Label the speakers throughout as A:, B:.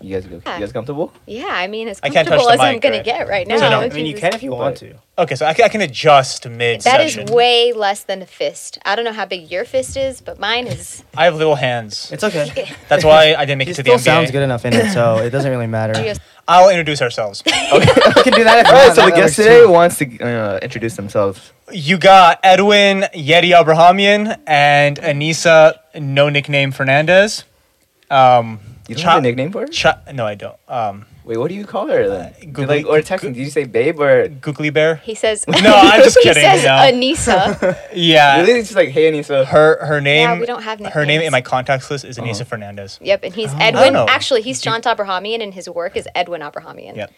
A: You guys, go, you
B: Yeah.
A: guys comfortable?
B: Yeah, I mean, as
C: I can't touch
B: comfortable
C: the
B: as I'm
C: mic,
B: gonna
C: right?
B: get right now.
C: So no, I
B: if
C: mean you
B: just-
C: can if you want
A: But-
C: to. Okay, so I, c- I can adjust mid
B: That is
C: session.
B: way less than a fist. I don't know how big your fist is, but mine is.
C: I have little hands.
D: It's okay.
C: That's why I didn't make
D: It
C: it to the
D: still
C: NBA.
D: sounds good enough in it, so it doesn't really matter.
B: Do you-
C: I'll introduce ourselves.
D: we can do that.
A: All right, so the
D: we
A: guest today wants to uh, introduce themselves.
C: you got Edwin Yeti Abrahamian and Anissa No Nickname Fernandez. Um,
A: You don't
C: Cha-
A: have a nickname for her?
C: Cha- no, I don't. Um,
A: Wait, what do you call her then?
C: Googly-
A: like or texting? Did you say babe or?
C: Googly Bear.
B: He says.
C: No, I'm just
B: he
C: kidding,
B: says
C: no.
B: Anissa.
C: Yeah.
A: really, it's just like hey Anissa.
C: Uh, Her her name.
B: we don't have
C: her name
B: nicknames.
C: in my contacts list is Anissa
A: Uh-huh.
C: Fernandez.
B: Yep, and he's
C: I
B: Edwin.
C: don't know.
B: Actually, he's
C: Oh. Do you-
B: John Abrahamian, and his work is Edwin Abrahamian.
C: Yep.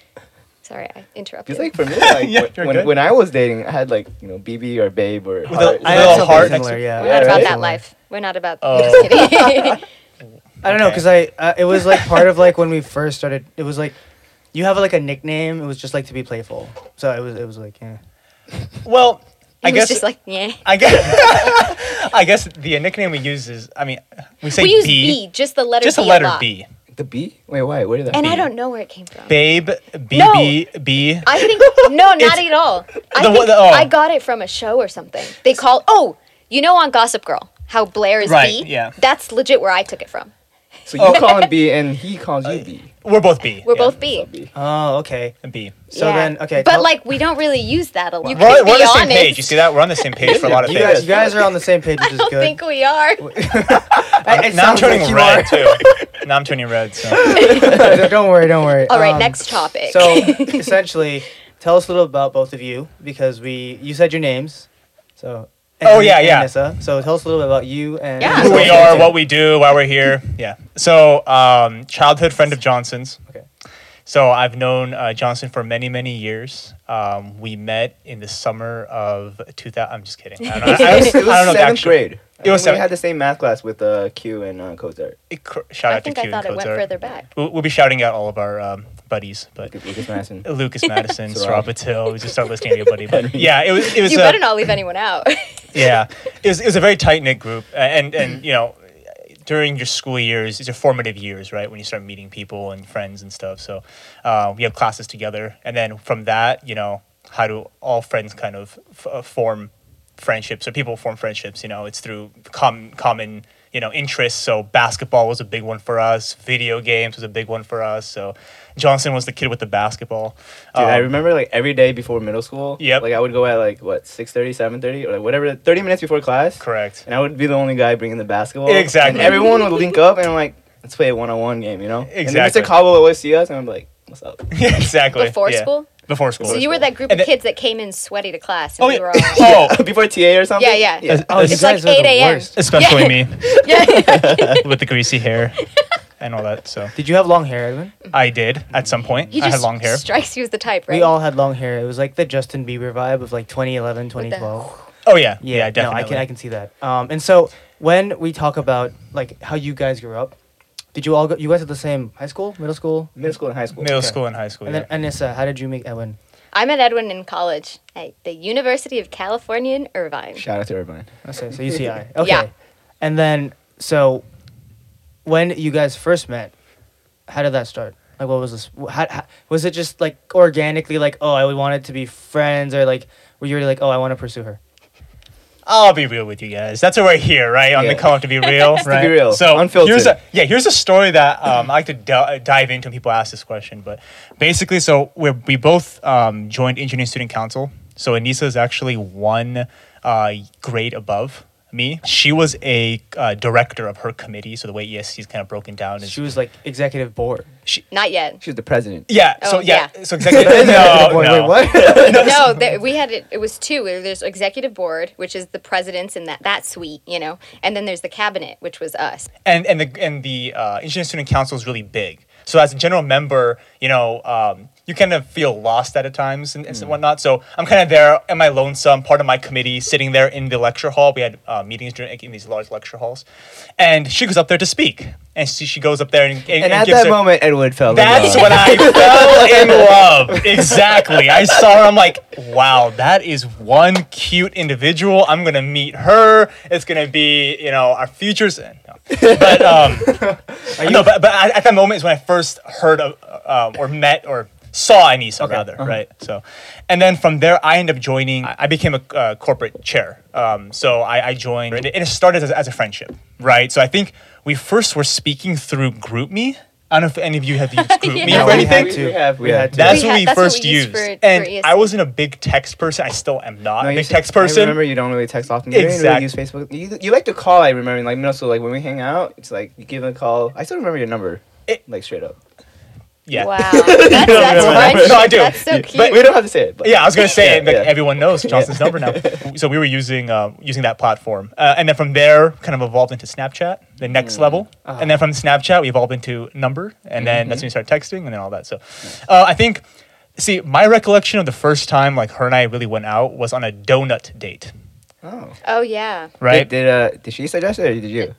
B: Sorry, I interrupted.
A: Because like for me, like
C: Yeah,
A: when-
C: you're
A: when,
C: good.
A: when I was dating, I had like you know BB or babe or.
C: a-
A: heart.
C: I
D: I
C: had
D: had
C: little
D: something
C: heart
D: similar,
C: next-
D: yeah.
B: We're not
A: Yeah,
B: about
A: right?
B: that life. We're not about.
C: Oh.
B: Just kidding.
D: I don't know,
C: Okay.
D: cause I uh, it was like part of like when we first started. It was like you have like a nickname. It was just like to be playful. So it was it was like yeah.
C: Well, I
B: I
C: guess
B: was just like, yeah.
C: I guess I guess the nickname we use is I mean we say
B: We use
C: B,
B: B, just the letter
C: just
B: B.
C: a letter
B: lot.
C: B.
A: The B? Wait, why? Where did that?
B: And
A: B?
B: I don't know where it came from.
C: Babe B
B: No.
C: B B.
B: I think no, not
C: It's-
B: at all. I,
C: The
B: think
C: one- the- oh.
B: I got it from a show or something. They call oh, you know on Gossip Girl how Blair is
C: Right,
B: B.
C: yeah.
B: That's legit where I took it from.
A: So you call him B and he calls
C: Uh,
A: you B.
C: We're both B.
B: We're
C: yeah.
B: both B.
A: B.
D: Oh okay.
C: B.
D: So then okay.
B: But
D: tell-
B: like we don't really use that a lot. You
C: We're,
B: could
C: we're on
B: be
C: the same
B: honest.
C: page. You see that? We're on the same page for a lot of
D: you
C: things.
D: guys, you guys are on the same page, which
B: I
D: is
B: don't
D: good.
B: think we are.
D: I- it
C: now I'm
D: sounds
C: turning
D: like you
C: red too. Now I'm turning red. So.
D: are. don't worry, don't worry.
B: All right,
D: Um,
B: next topic.
D: So essentially, tell us a little about both of you because we you said your names, so
C: Oh,
D: and-
C: yeah,
D: and
C: yeah.
D: Nissa. So tell us a little bit about you and
B: Yeah.
C: Who we are, what we do, why we're here. Yeah. So, um, childhood friend of Johnson's.
D: Okay.
C: So I've known uh, Johnson for many, many years. Um, we met in the summer of 2000. I'm just kidding. I don't know, I, I,
A: It
C: I
A: was, it was
C: don't know the
A: seventh
C: actual-
A: grade. I
C: It was
A: think
C: seventh-
A: We had the same math class with uh, Q and uh, Kozar.
C: It cr- shout
B: I
C: out to
B: think
C: Q
B: I
C: and
B: thought it went
C: Kozar.
B: further back.
C: We'll, we'll be shouting out all of our um, buddies, but
A: Lucas Madison.
C: Lucas Madison,
A: Sarab.
C: Sarab Patil. We just start listing everybody. But yeah, it was it was
B: You
C: uh,
B: better not leave anyone out.
C: yeah, it was, it was a very tight knit group, uh, and and you know, during your school years, it's your formative years, right? When you start meeting people and friends and stuff. So uh, we have classes together, and then from that, you know, how do all friends kind of f- uh, form friendships or people form friendships? You know, it's through com- common you know interests. So basketball was a big one for us. Video games was a big one for us. So Johnson was the kid with the basketball.
A: Dude, I
C: Um,
A: remember like every day before middle school.
C: Yep.
A: Like I would go at like what 6:30, 7:30, or like whatever, thirty minutes before class.
C: Correct.
A: And I would be the only guy bringing the basketball.
C: Exactly.
A: And everyone would link up, and I'm like, let's play a one-on-one game, you know? And then
C: Exactly.
A: Mr. Cabo would always see us, and I'm like, what's up?
C: exactly.
B: Before
C: yeah.
B: school?
C: Before school.
B: So you were that group
C: And
B: of
C: then-
B: kids that came in sweaty to class and
C: Oh,
B: we
C: yeah.
B: were all
C: oh,
A: Before TA or something.
B: Yeah, yeah.
D: Oh, you
B: It's like
D: guys are the
B: 8 a.m.
D: worst.
C: especially
B: Yeah.
C: me
B: yeah.
C: with the greasy hair and all that. So
D: Did you have long hair, Edwin?
C: I did at some point.
B: He
C: I
B: just
C: had long hair.
B: strikes you as the type, right?
D: We all had long hair. It was like the Justin Bieber vibe of like 2011,
B: the-
D: 2012.
C: oh yeah, yeah, definitely.
D: No, I can I can see that. Um, and so when we talk about like how you guys grew up, did you all go? You guys at the same high school, middle school,
A: Middle school and high school.
C: Middle
D: Okay.
C: school and high school.
D: and
C: Oh, yeah.
D: then Anissa. How did you meet Edwin?
B: I met Edwin in college at the University of California in Irvine.
A: Shout out to Irvine.
D: Okay, so UCI. Okay.
B: Yeah.
D: And then so when you guys first met, how did that start? Like what was this? wh- How, how, was it just like organically like oh I wanted to be friends or like were you already like oh I want to pursue her?
C: I'll be real with you guys. That's why we're here, right? On
A: Yeah.
C: the call to be real, right?
A: real,
C: So
A: unfiltered.
C: here's a yeah. Here's a story that um, I like to d- dive into. when People ask this question, but basically, so we we both um, joined engineering student council. So Anissa is actually one uh, grade above me. She was a uh, director of her committee. So the way ESC is kind of broken down is
D: She was like executive board.
B: Not yet.
A: She was the president.
C: Yeah.
B: Oh,
C: so yeah.
B: yeah.
C: So executive. no,
D: Wait,
C: no.
D: wait, what?
B: no, there, we had it. It was two. There- There's executive board, which is the presidents and that that suite, you know, and then there's the cabinet, which was us.
C: And and the and the uh, engineering student council is really big. So as a general member, you know, um, you kind of feel lost at times and, and
A: Mm.
C: whatnot. So I'm kind of there, am I lonesome? Part of my committee, sitting there in the lecture hall. We had uh, meetings during in these large lecture halls, and she goes up there to speak, and she, she goes up there and and,
A: And
C: and
A: at
C: gives
A: that
C: her,
A: moment, Edward fell in
C: That's
A: love.
C: when I fell in love. Exactly. I saw her. I'm like, wow, that is one cute individual. I'm gonna meet her. It's gonna be, you know, our futures. No. but um,
D: Are you-
C: no, but, but at at that moment is when I first heard of, um, or met or saw Anissa
D: Okay,
C: rather,
D: uh-huh.
C: right? So, and then from there, I ended up joining. I I became a uh, corporate chair. Um, so I, I joined, and it- and it started as, as a friendship, right? So I think we first were speaking through GroupMe. I don't know if any of you have used GroupMe
B: Yeah,
C: for
B: we
C: anything.
A: We- we have- we had to.
C: That's
B: We
C: what
B: had-
C: we
B: that's what
C: first
B: we used
C: used,
B: for-
C: and
B: for
C: I wasn't a big text person. I still am not a
A: you
C: big
A: said-
C: text
A: I
C: person.
A: remember you don't really text often. You
C: Exact-
A: don't really use Facebook. You, you like to call. I remember, like, no, so like when we hang out, it's like you give a call. I still remember your number,
C: It-
A: like straight up.
C: yeah,
B: Wow. That's, that's
C: remember that.
B: friendship.
C: No, I do.
B: That's so
C: Yeah,
B: cute.
A: But we don't have to say it. But
C: Yeah, I was gonna say it.
A: Yeah,
C: Like,
A: yeah.
C: Everyone knows Johnson's number now. So we were using uh, using that platform, uh, and then from there, kind of evolved into Snapchat, the next level, and then from Snapchat, we evolved into Number, and then that's when we started texting, and then all that. So, uh, I think, see, my recollection of the first time like her and I really went out was on a donut date,
A: Oh.
B: oh yeah.
C: right?
A: Did, did uh did she suggest it or did you?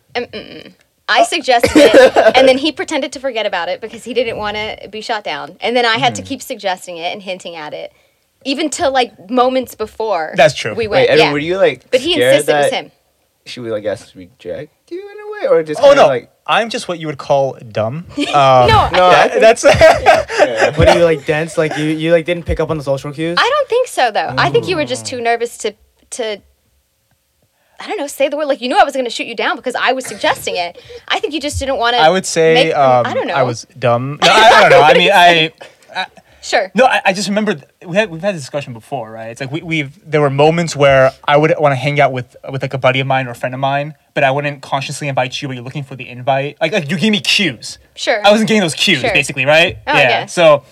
B: I suggested it, and then he pretended to forget about it because he didn't want to be shot down. And then I had
C: Hmm.
B: to keep suggesting it and hinting at it, even till like moments before.
C: That's true.
B: We
A: Wait,
B: went.
A: Evan,
B: yeah.
A: were you like?
B: but he
A: scared
B: insisted it was
A: that
B: him.
A: She would like guess reject you in a way, or just
C: oh
A: kinda
C: no,
A: like
C: I'm just what you would call dumb. Um,
B: no,
A: no.
B: I,
A: I think-
C: that- that's
A: yeah.
D: what are you like dense? Like you, you like didn't pick up on the social cues?
B: I don't think so though. I think you were just too nervous to to. I don't know. Say the word like you knew I was going to shoot you down because I was suggesting it. I think you just didn't want to.
C: I would say
B: Make them-
C: um,
B: I don't know.
C: I was dumb. No, I, I don't know. I mean, I.
B: sure.
C: No, I, I just remember th- we had we've had this discussion before, right? It's like we, we've there were moments where I would want to hang out with with like a buddy of mine or a friend of mine, but I wouldn't consciously invite you, but you're looking for the invite. Like like you gave me cues.
B: Sure.
C: I wasn't getting those cues,
B: Sure.
C: basically, right?
B: Oh, yeah.
C: So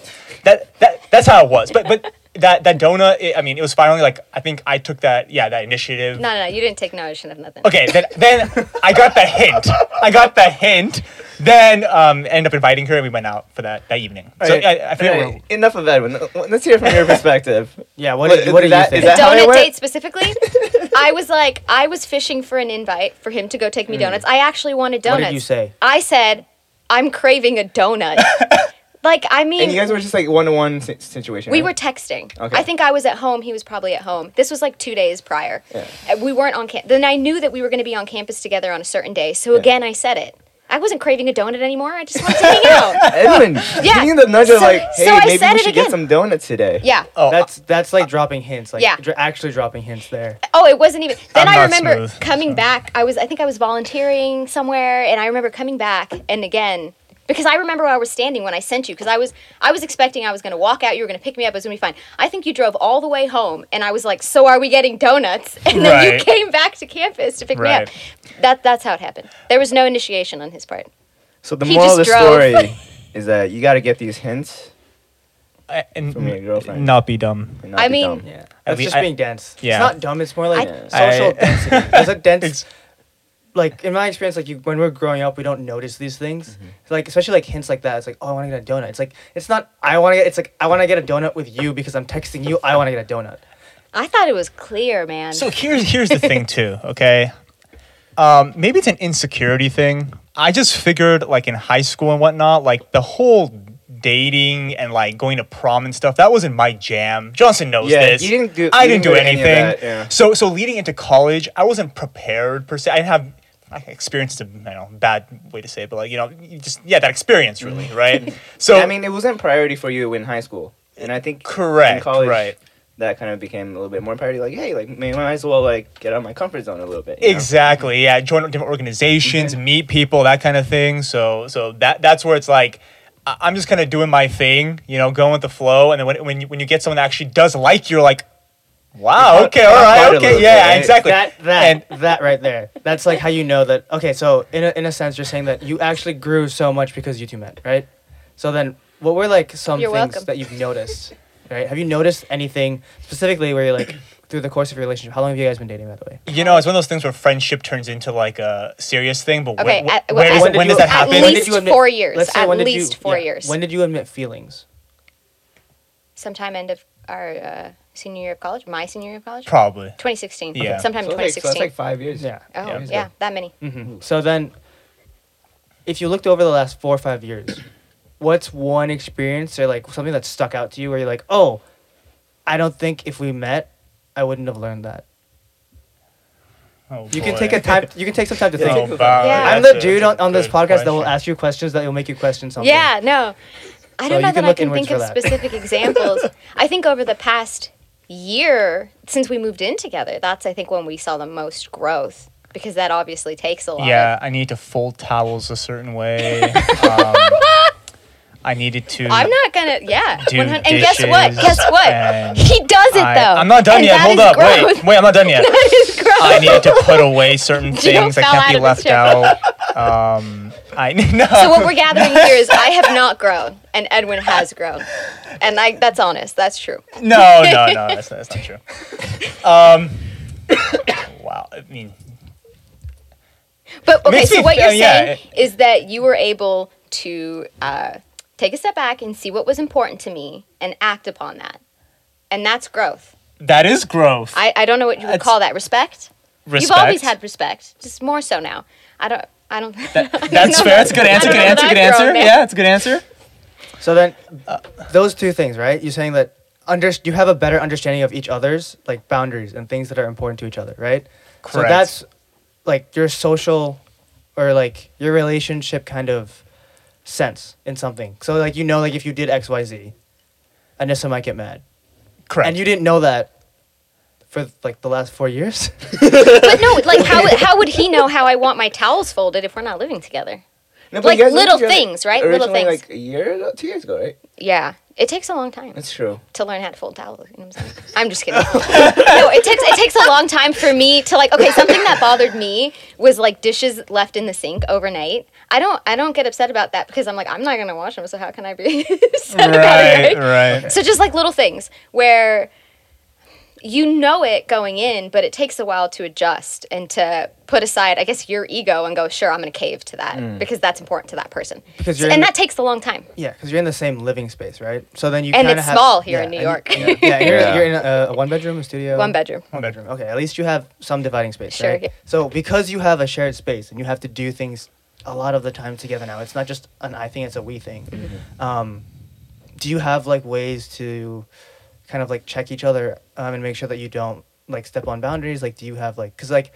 C: that that that's how it was. But but that that donut, it, I mean, it was finally like I think I took that yeah that initiative.
B: No, no, no. You didn't take notion of nothing.
C: Okay, then then I got the hint. I got the hint. Then um, ended up inviting her, and we went out for that that evening. So
A: Alright,
C: I, I forget
A: alright,
C: where-
A: Enough of Edwin. Let's hear from your perspective.
D: Yeah, what did you- what
A: is
D: did you
A: that-
D: think?
A: is that how it
B: donut
A: went?
B: date specifically. I was like, I was fishing for an invite for him to go take me
C: Hmm.
B: donuts. I actually wanted
D: What did
B: donuts.
D: you say?
B: I said, I'm craving a donut. like, I mean,
A: And you guys were just like one to one situation.
B: we
A: right?
B: were texting.
A: Okay.
B: I think I was at home. He was probably at home. This was like two days prior.
A: Yeah.
B: Uh, We weren't on campus. Then I knew that we were going to be on campus together on a certain day. So again, I said it. I wasn't craving a donut anymore. I just wanted to hang out.
A: Edwin,
B: Yeah.
A: yeah. the nudge of
B: So-
A: like,
B: so
A: hey,
B: I
A: maybe
B: said
A: we
B: it
A: should
B: again.
A: get some donuts today.
B: Yeah.
C: oh,
D: That's that's like dropping hints, like
B: Yeah.
D: dr- actually dropping hints there.
B: Oh, it wasn't even. Then
C: I'm
B: i
C: not
B: remember
C: smooth,
B: coming back. I was, I think I was volunteering somewhere, and I remember coming back and again because I remember where I was standing when I sent you because I was, I was expecting I was going to walk out. You were going to pick me up. It was going to be fine. I think you drove all the way home, and I was like, "So are we getting donuts?" And then
C: Right.
B: you came back to campus to pick me
C: Right.
B: up. That that's how it happened. There was no initiation on his part.
A: So the
B: He
A: moral of the
B: just drove.
A: story is that you got to get these hints
C: I- and
A: from your girlfriend.
C: Not be dumb.
A: and not
B: I
A: be
B: mean-
A: dumb.
D: Yeah,
C: I
D: that's
C: mean,
D: just
C: I-
D: being dense.
C: yeah.
D: it's not dumb. It's more like
B: I-
D: social
C: I-
D: density. There's a dense,
C: It's-
D: like in my experience, like you, when we're growing up, we don't notice these things.
C: Mm-hmm.
D: Like especially like hints like that. It's like, oh, I want to get a donut. It's like it's not I want to get. It's like I want to get a donut with you because I'm texting you. I want to get a donut.
B: I thought it was clear, man.
C: So here's here's the thing too. Okay, um, maybe it's an insecurity thing. I just figured like in high school and whatnot, like the whole dating and like going to prom and stuff that wasn't my jam. Johnson knows
A: Yeah,
C: this.
A: you didn't do-
C: I
A: you
C: didn't do
A: didn't do any
C: anything.
A: of that, yeah.
C: So so leading into college, I wasn't prepared per se. I didn't have like, experience is a you know, bad way to say it, but like you know, you just yeah, that experience really, right? So
A: Mm. I mean, it wasn't priority for you in high school, and I think in
C: Correct,
A: college,
C: right.
A: That kind of became a little bit more priority. Like, hey, like, may might as well like get out of my comfort zone a little bit. you know? Mm-hmm.
C: Exactly. Yeah, join different organizations, meet people, that kind of thing. So so that that's where it's like I- I'm just kind of doing my thing, you know, going with the flow. And then when when you, when you get someone that actually does like, you, you're like, wow,
A: You're
C: okay,
A: part-
C: all
A: you're part
C: right,
A: of
C: okay,
A: it,
C: yeah,
A: right?
C: exactly.
D: That that
C: And
D: that right there. That's like how you know that. Okay, so in a, in a sense, you're saying that you actually grew so much because you two met, right? So then, what were like some
B: You're
D: things
B: welcome.
D: that you've noticed, right? Have you noticed anything specifically where you're like through the course of your relationship? How long have you guys been dating, by the way?
C: you know, it's one of those things where friendship turns into like a serious thing. But
B: Okay,
C: when, wh-
B: at-
C: where
B: at-
C: does,
D: When did
C: when
D: you-
C: does that
B: at
C: happen?
D: When did
B: least
D: you admit-
B: four years.
D: let's say
B: At
D: when did you-
B: least four
D: yeah,
B: years.
D: When did you admit feelings?
B: sometime end of our uh, senior year of college, my senior year of college,
C: Probably.
B: 2016.
C: Yeah.
B: Sometime
A: So it's like, so
B: 2016.
A: that's like five years.
D: Yeah.
B: Oh,
C: Yeah.
B: yeah, that many.
D: So then, if you looked over the last four or five years, what's one experience or like something that stuck out to you where you're like, oh, I don't think if we met, I wouldn't have learned that?
C: Oh,
D: You can
C: boy.
D: take a time. You can take some time to
A: Yeah.
D: think.
A: Take
C: Oh, wow,
B: Yeah.
D: I'm
C: that's
D: the
C: a-
D: dude on,
C: that's a
D: on this
C: good
D: podcast that will
C: question.
D: ask you questions that will make you question something.
B: Yeah, no. I
D: So
B: don't know
D: you
B: that
D: can
B: I
D: look
B: can think
D: inwards for
B: of
D: that.
B: specific examples. I think over the past year, since we moved in together, that's I think when we saw the most growth because that obviously takes a lot.
C: Yeah, I need to fold towels a certain way. um, I needed to.
B: Of, I'm not gonna. Yeah.
C: Do
B: 100 and guess what?
C: dishes
B: Guess what?
C: and
B: He does it
C: I,
B: though.
C: I'm not done
B: and
C: yet.
B: that
C: Hold
B: is
C: up.
B: growth.
C: Wait, wait. I'm not done yet.
B: That is growth.
C: I needed to put away certain things that
B: fell
C: can't be
B: out of the
C: left out. Um, I no.
B: so what we're gathering here is I have not grown and Edwin has grown, and I that's honest. That's true.
C: no, no, no. That's, that's not true. Um, wow. I mean,
B: But okay,
C: Makes
B: so
C: me
B: what
C: feel-
B: you're
C: yeah.
B: saying is that you were able to uh, take a step back and see what was important to me and act upon that, and that's growth.
C: that is growth.
B: I, I don't know what you would
C: That's-
B: call that. Respect?
C: Respect.
B: You've always had respect, just more so now. I don't. I don't.
C: That's fair. That's a good answer.
B: don't know that
C: Good answer. Good
B: I've
C: answer.
B: grown, man.
C: Yeah, it's a good answer.
D: So then, those two things, right? You're saying that under you have a better understanding of each other's like boundaries and things that are important to each other, right? So
C: Correct.
D: that's like your social or like your relationship kind of sense in something. So like you know like if you did X Y Z, Anissa might get mad,
C: Correct.
D: and you didn't know that for like the last four years.
B: but no, like how how would he know how I want my towels folded if we're not living together?
A: No, but
B: Like
A: you guys lived
B: little
A: together
B: things, right? Little
A: originally,
B: things.
A: Like a year, ago, two years ago, right?
B: Yeah, it takes a long time.
A: That's true.
B: to learn how to fold towels. You know what I'm saying? I'm just kidding. no, it takes it takes a long time for me to like. Okay, something that bothered me was like dishes left in the sink overnight. I don't I don't get upset about that because I'm like I'm not gonna wash them. So how can I be upset about
C: right.
B: it? Right?
C: Right.
B: So just like little things where you know it going in, but it takes a while to adjust and to put aside, I guess, your ego and go, sure, I'm gonna cave to that because that's important to that person.
D: Because you're in
B: and
D: the-
B: that takes a long time.
D: yeah, because you're in the same living space, right? So then you
B: And
D: kinda
B: it's
D: have-
B: small here in
D: yeah,
B: New
D: and-
B: York.
D: Yeah, yeah, you're,
A: Yeah.
D: you're in a, a one bedroom, a studio.
B: One bedroom.
D: One bedroom. Okay, at least you have some dividing space,
B: Sure,
D: right?
B: yeah.
D: So because you have a shared space and you have to do things a lot of the time together now, it's not just an I thing; it's a we thing. Um, do you have like ways to kind of like check each other um, and make sure that you don't like step on boundaries? Like, do you have like because like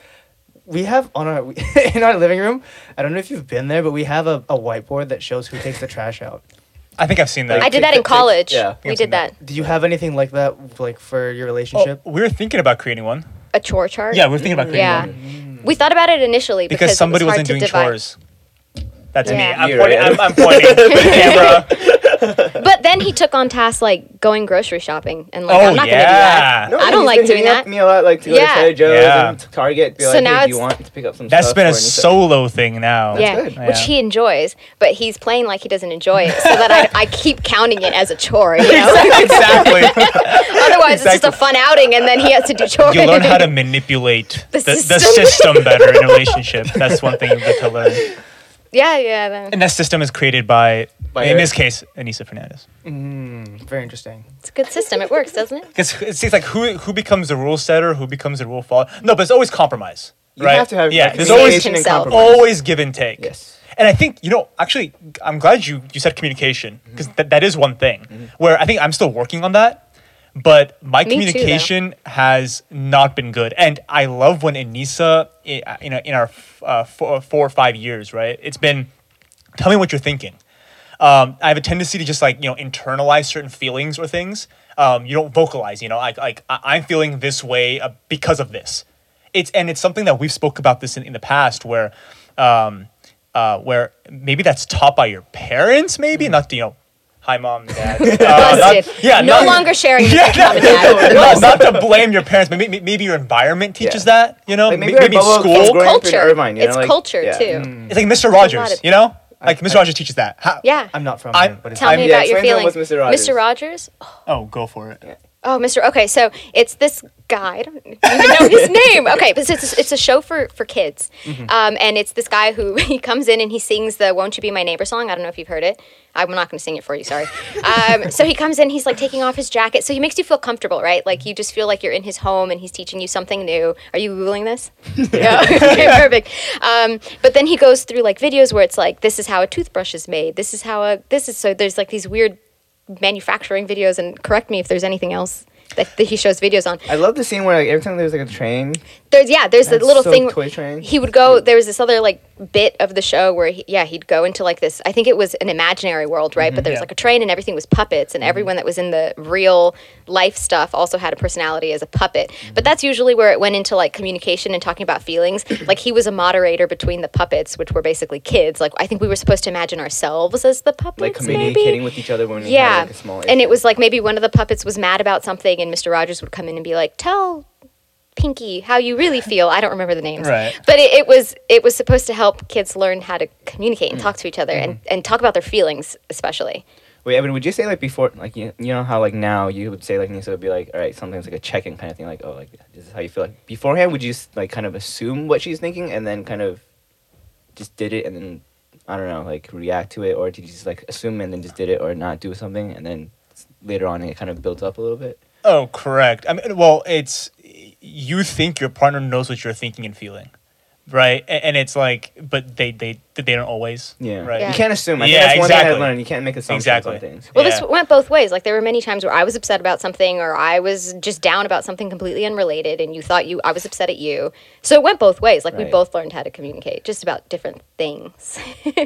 D: we have on our in our living room. I don't know if you've been there, but we have a, a whiteboard that shows who takes the trash out.
C: I think I've seen that.
B: I did that
A: Take-
B: in
A: take-
B: college.
A: yeah.
B: we did that.
D: Do you have anything like that, like for your
C: Oh,
D: relationship?
C: we were thinking about creating one.
B: a chore chart.
C: Yeah, we were thinking about creating
B: yeah.
C: one
B: We thought about it initially because,
C: because, somebody
B: it was
C: was
B: hard
C: not doing
B: to divide.
C: chores. That's
B: Yeah.
C: me. I'm
A: You're
C: pointing.
A: right.
C: I'm, I'm pointing. at the camera.
B: But then he took on tasks like going grocery shopping and like
C: Oh
B: I'm not
C: yeah.
B: gonna do that. I don't
A: he's
B: like
A: been
B: doing
A: hitting up
B: that.
A: Me a lot, like to go
B: Yeah.
A: to Trader Joe's
C: Yeah.
A: and to Target. Be
B: So
A: like, hey,
B: now
A: do you
B: it's-
A: want to pick up some
C: That's
A: stuff
C: been
A: for
C: a
A: Anissa?"
C: solo thing now.
B: yeah,
A: good.
B: which
C: Yeah.
B: he enjoys, but he's playing like he doesn't enjoy it, so that I, I keep counting it as a chore. You know?
C: exactly.
B: Otherwise, it's just a
C: exactly.
B: fun outing, and then he has to do chores.
C: You learn how to manipulate the,
B: The
C: the, system.
B: system.
C: better in a relationship. That's one thing you get to learn.
B: yeah, yeah. Then.
C: And that system is created by,
A: By
C: in
A: her.
C: this case, Anissa Fernandez.
D: Mm, very interesting.
B: It's a good system. It works, doesn't it?
C: Because it's, it's like who who becomes the rule setter, who becomes the rule follower. No, but it's always compromise.
A: You
C: right?
A: have to have
C: yeah.
A: like,
C: There's
B: communication.
C: always
A: communication and
B: himself.
A: compromise.
C: always give and take.
A: Yes.
C: And I think, you know, actually, I'm glad you, you said communication because
A: Mm-hmm.
C: that that is one thing where I think I'm still working on that. But my
B: Me too, though.
C: communication has not been good. And I love when Anissa, i- uh, in, a, in our f- uh, four, four or five years, right? It's been, tell me what you're thinking. Um, I have a tendency to just like, you know, internalize certain feelings or things. Um, you don't vocalize, you know, like, like I- I'm feeling this way uh, because of this. It's, and it's something that we've spoke about this in, in the past where, um, uh, where maybe that's taught by your parents, maybe
A: Mm-hmm.
C: not, you know, hi mom, dad. Uh, not-
B: Busted.
C: yeah,
B: no
C: not-
B: longer sharing.
C: yeah,
B: Yeah,
C: no, no, not to blame your parents, but maybe, maybe your environment teaches
A: Yeah.
C: that. You know,
A: Like, maybe
C: maybe, maybe
A: our bubble
C: school.
A: is growing up in
B: culture.
A: Irvine, you know,
B: it's
A: like-
B: culture
A: yeah. Mm.
B: too.
C: It's like Mr.
B: There's a lot
C: Rogers.
B: of-
C: You know, like Mr. Rogers teaches that. How-
B: Yeah.
D: I'm not from
C: I'm-
D: here, but it's
B: Tell
C: I'm-
B: me
A: yeah,
B: about your
A: explain to him
B: feelings,
A: what's Mr. Rogers.
B: Mr. Rogers?
C: Oh, go for it.
B: Oh, Mr. Okay, so it's this guy. I don't even know his name. Okay, but it's it's a show for for kids, um, and it's this guy who he comes in and he sings the "Won't You Be My Neighbor" song. I don't know if you've heard it. I'm not going to sing it for you. Sorry. Um, so he comes in. He's like taking off his jacket, so he makes you feel comfortable, right? Like you just feel like you're in his home, and he's teaching you something new. Are you googling this? Yeah. okay, perfect. Um, but then he goes through like videos where it's like, this is how a toothbrush is made. This is how a this is so. There's like these weird manufacturing videos and correct me if there's anything else that, that he shows videos on.
A: I love the scene where like every time there was like a train,
B: There's yeah, there's a
A: That's
B: little
A: so
B: thing. where
A: toy train.
B: He would go. There was this other like bit of the show where he, yeah, he'd go into like this. I think it was an imaginary world, right?
A: Mm-hmm.
B: but there was
C: yeah.
B: like a train, and everything was puppets, and everyone that was in the real life stuff also had a personality as a puppet.
A: Mm-hmm.
B: But that's usually where it went into like communication and talking about feelings. like he was a moderator between the puppets, which were basically kids. Like I think we were supposed to imagine ourselves as the puppets,
A: like
B: maybe.
A: communicating with each other when we
B: Yeah.
A: had, like, a small
B: and it was like maybe one of the puppets was mad about something, and Mr. Rogers would come in and be like, "Tell Pinky how you really feel." I don't remember the names,
C: Right.
B: But it, it was it was supposed to help kids learn how to communicate and talk to each other and, and talk about their feelings, especially.
A: Wait, Evan, would you say like before, like you, you know how like now you would say like Nisa would be like, all right, sometimes like a check-in kind of thing, like oh, like this is how you feel. Like beforehand, would you just, like kind of assume what she's thinking and then kind of just did it and then I don't know, like react to it, or did you just like assume and then just did it or not do something and then s- later on it kind of built up a little bit?
C: Oh, correct. I mean, well, it's you think your partner knows what you're thinking and feeling, right? A- And, it's like, but they they they don't always.
A: Yeah,
C: Right.
B: Yeah.
A: You can't assume. I
C: Yeah,
A: think that's one
C: exactly.
A: thing I learned. You can't make assumptions
C: Exactly.
A: on things.
B: Well,
C: Yeah.
B: this went both ways. Like there were many times where I was upset about something, or I was just down about something completely unrelated, and you thought you I was upset at you. So it went both ways. Like we
A: Right.
B: both learned how to communicate, just about different things.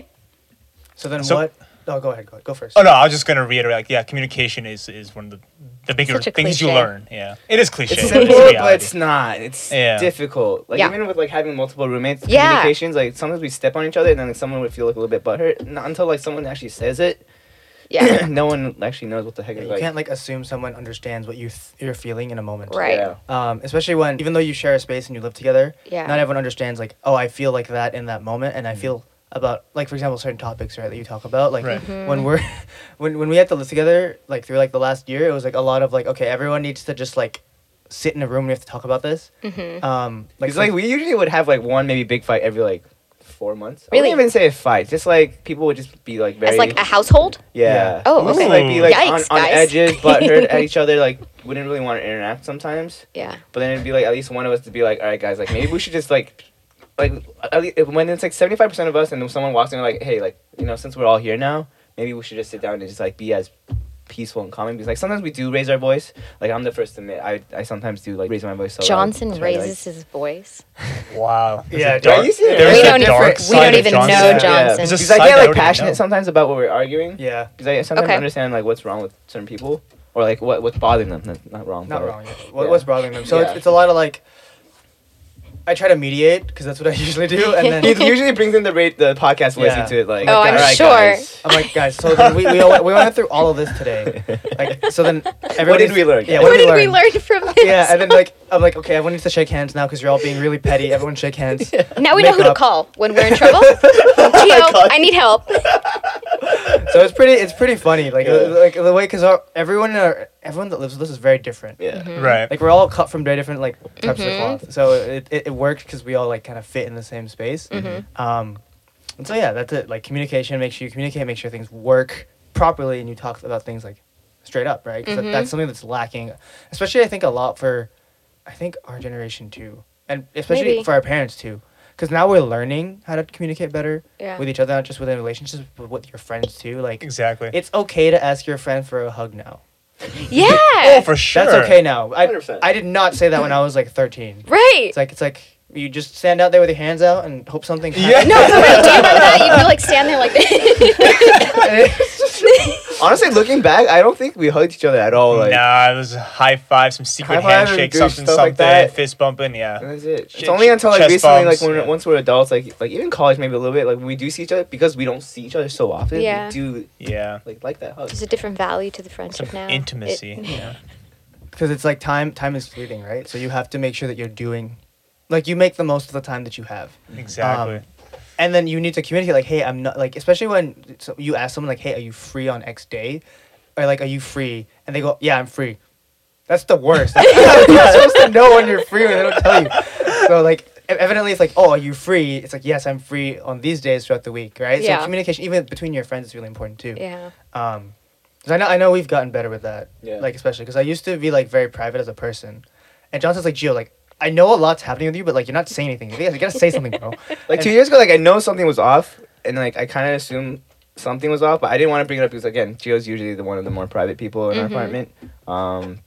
D: So then
C: So-
D: what? Oh, go ahead. Go, go first.
C: Oh no, I was just gonna reiterate. Like, yeah, communication is is one of the the bigger
B: Such a
C: things you
B: cliche.
C: learn. Yeah, it is cliche.
A: It's
C: but
A: simple, but
C: reality.
A: it's not. It's
C: Yeah.
A: difficult. Like
B: Yeah.
A: even with like having multiple roommates,
B: Yeah.
A: communications. Like sometimes we step on each other, and then like, someone would feel like a little bit butthurt. Not until like someone actually says it.
B: yeah.
A: no one actually knows what the heck is
D: You
A: like.
D: can't like assume someone understands what you th- you're feeling in a moment.
B: Right.
D: Um, especially when even though you share a space and you live together,
B: Yeah.
D: not everyone understands like, oh, I feel like that in that moment, and I feel about like for example certain topics right that you talk about like
C: Mm-hmm.
B: Mm-hmm.
C: Right.
D: when we're when when we had to live together like through like the last year it was like a lot of like okay everyone needs to just like sit in a room and we have to talk about this
B: Mm-hmm.
D: um like,
A: Because like we usually would have like one maybe big fight every like four months. I
B: Really?
A: wouldn't even say a fight. Just like people would just be like very
B: As like a household.
A: Yeah.
B: Oh,
A: We would,
B: okay.
A: Like, be like
B: Yikes,
A: on, on
B: guys.
A: edges, butthurt at each other. Like wouldn't really want to interact sometimes.
B: Yeah.
A: But then it'd be like at least one of us to be like, all right, guys, like maybe we should just like, like at least, when it's like seventy five percent of us, and then someone walks in like, hey, like you know, since we're all here now, maybe we should just sit down and just like be as peaceful and calm. Because like sometimes we do raise our voice. Like I'm the first to admit, I I sometimes do like raise my voice. So loud.
B: Johnson
A: Sorry, like-
B: raises his voice.
C: wow. There's
D: Yeah,
C: a dark-
A: are you serious?
C: there's
B: we
C: a
B: don't, even,
C: dark
B: we
C: side
B: don't
C: of
B: even
C: Johnson.
B: know
A: Yeah.
B: Johnson.
C: It's a
A: Because I
C: side
A: get
C: that I
A: like
C: don't even know.
A: passionate sometimes about what we're arguing.
D: yeah
A: Because I sometimes
B: Okay.
A: understand like what's wrong with certain people or like what what's bothering them. Not- Not wrong.
D: not
A: but-
D: wrong. yet. What,
A: Yeah.
D: What's bothering them? So it's,
A: Yeah.
D: it's a lot of like, I try to mediate because that's what I usually do, and then
A: He usually brings in the rate the podcast
D: Yeah.
A: listen to it like
B: Oh,
A: "All
B: I'm
A: right,
B: sure.
A: guys."
D: I'm like, guys, so then we, we, all- we went through all of this today. Like, so then everyone
A: did
D: needs-
A: we learn,
D: Yeah,
A: guys?
D: what,
B: What
D: did,
B: did we learn from this?
D: Yeah, and then like I'm like, okay, everyone needs to shake hands now because you're all being really petty. Everyone shake hands.
B: now we know who to
D: Makeup.
B: call when we're in trouble. Gio, I need help.
D: So it's pretty, it's pretty funny. Like,
A: Yeah.
D: like the way because everyone, in our, everyone that lives with us is very different.
B: Mm-hmm.
A: Yeah.
C: Right.
D: Like we're all cut from very different like types of cloth. So it, it, it worked because we all like kind of fit in the same space.
B: Mm-hmm.
D: Um, and so yeah, that's it. Like communication, make sure you communicate, make sure things work properly, and you talk about things like straight up, right? 'Cause
B: Mm-hmm.
D: that, that's something that's lacking, especially I think a lot for, I think our generation too, and especially
B: Maybe.
D: for our parents too. Because now we're learning how to communicate better
B: Yeah.
D: with each other, not just within relationships, but with your friends too. Like,
C: Exactly.
D: it's okay to ask your friend for a hug now.
B: Yeah.
C: oh, for sure.
D: That's okay now. I,
A: 100%.
D: I did not say that when I was like 13.
B: Right.
D: It's like it's like you just stand out there with your hands out and hope something
C: Yeah.
D: happens.
B: no, for real. Do you remember that? You would like stand there like this.
A: Honestly, looking back, I don't think we hugged each other at all. Like,
C: Nah, it was high five, some secret
A: High five and
C: handshake,
A: do
C: something,
A: stuff
C: something,
A: like that.
C: fist bumping. Yeah.
A: That's it. It's
C: Ch-
A: only
C: ch-
A: until like
C: chest
A: recently,
C: bumps,
A: like when
C: yeah.
A: once we're adults, like like even college, maybe a little bit, like when we do see each other because we don't see each other so often.
B: Yeah.
A: We do
C: Yeah.
A: like like that hug.
B: There's a different value to the friendship
C: Some
B: now.
C: intimacy.
B: It-
C: yeah.
D: Because it's like time time is fleeting, right? So you have to make sure that you're doing like you make the most of the time that you have.
A: Um,
C: Exactly.
D: Um, And then you need to communicate like, "Hey, I'm not like especially when so you ask someone like, "Hey, are you free on X day?" or like, "Are you free?" and they go, "Yeah, I'm free." That's the worst. Like, you're supposed to know when you're free when they don't tell you. So like e- evidently it's like, "Oh, are you free?" It's like, "Yes, I'm free on these days throughout the week," right?
B: Yeah.
D: So communication even between your friends is really important too.
B: Yeah.
D: Um, 'cause I know I know we've gotten better with that.
A: Yeah.
D: Like especially because I used to be like very private as a person, and Johnson's like Gio, like I know a lot's happening with you, but like you're not saying anything. You gotta, you gotta say something, bro.
A: Like two years ago, like I know something was off, and like I kind of assumed something was off, but I didn't want to bring it up because again, Gio's usually the one of the more private people in our apartment. Um,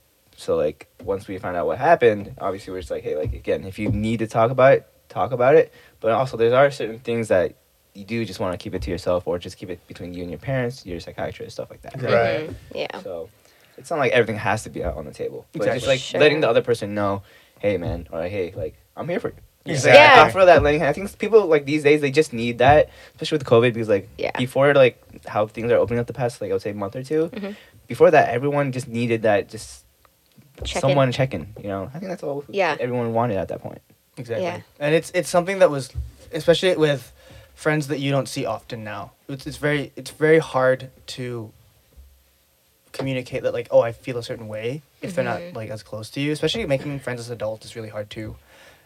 A: So like once we found out what happened, obviously we're just like, hey, like again, if you need to talk about it, talk about it. But also there are certain things that you do just want to keep it to yourself or just keep it between you and your parents, your psychiatrist, stuff like that.
C: Right. Right.
B: Mm-hmm. Yeah.
A: So it's not like everything has to be out on the table. But
D: Exactly.
A: just like
B: Sure.
A: letting the other person know, hey man, or hey, like I'm here for you. Just,
C: Exactly.
A: Like,
B: Yeah.
A: offer that lending hand. I think people like these days they just need that, especially with COVID, because like
B: Yeah.
A: before like how things are opening up the past like I would say month or 2
B: Mhm.
A: before that everyone just needed that just
B: Check in.
A: someone checking. You know, I think that's all
B: Yeah.
A: everyone wanted at that point.
D: Exactly.
B: Yeah.
D: And it's it's something that was especially with friends that you don't see often now. It's it's very it's very hard to communicate that like oh I feel a certain way if they're not
B: Mhm.
D: like as close to you. Especially making friends as adults is really hard too.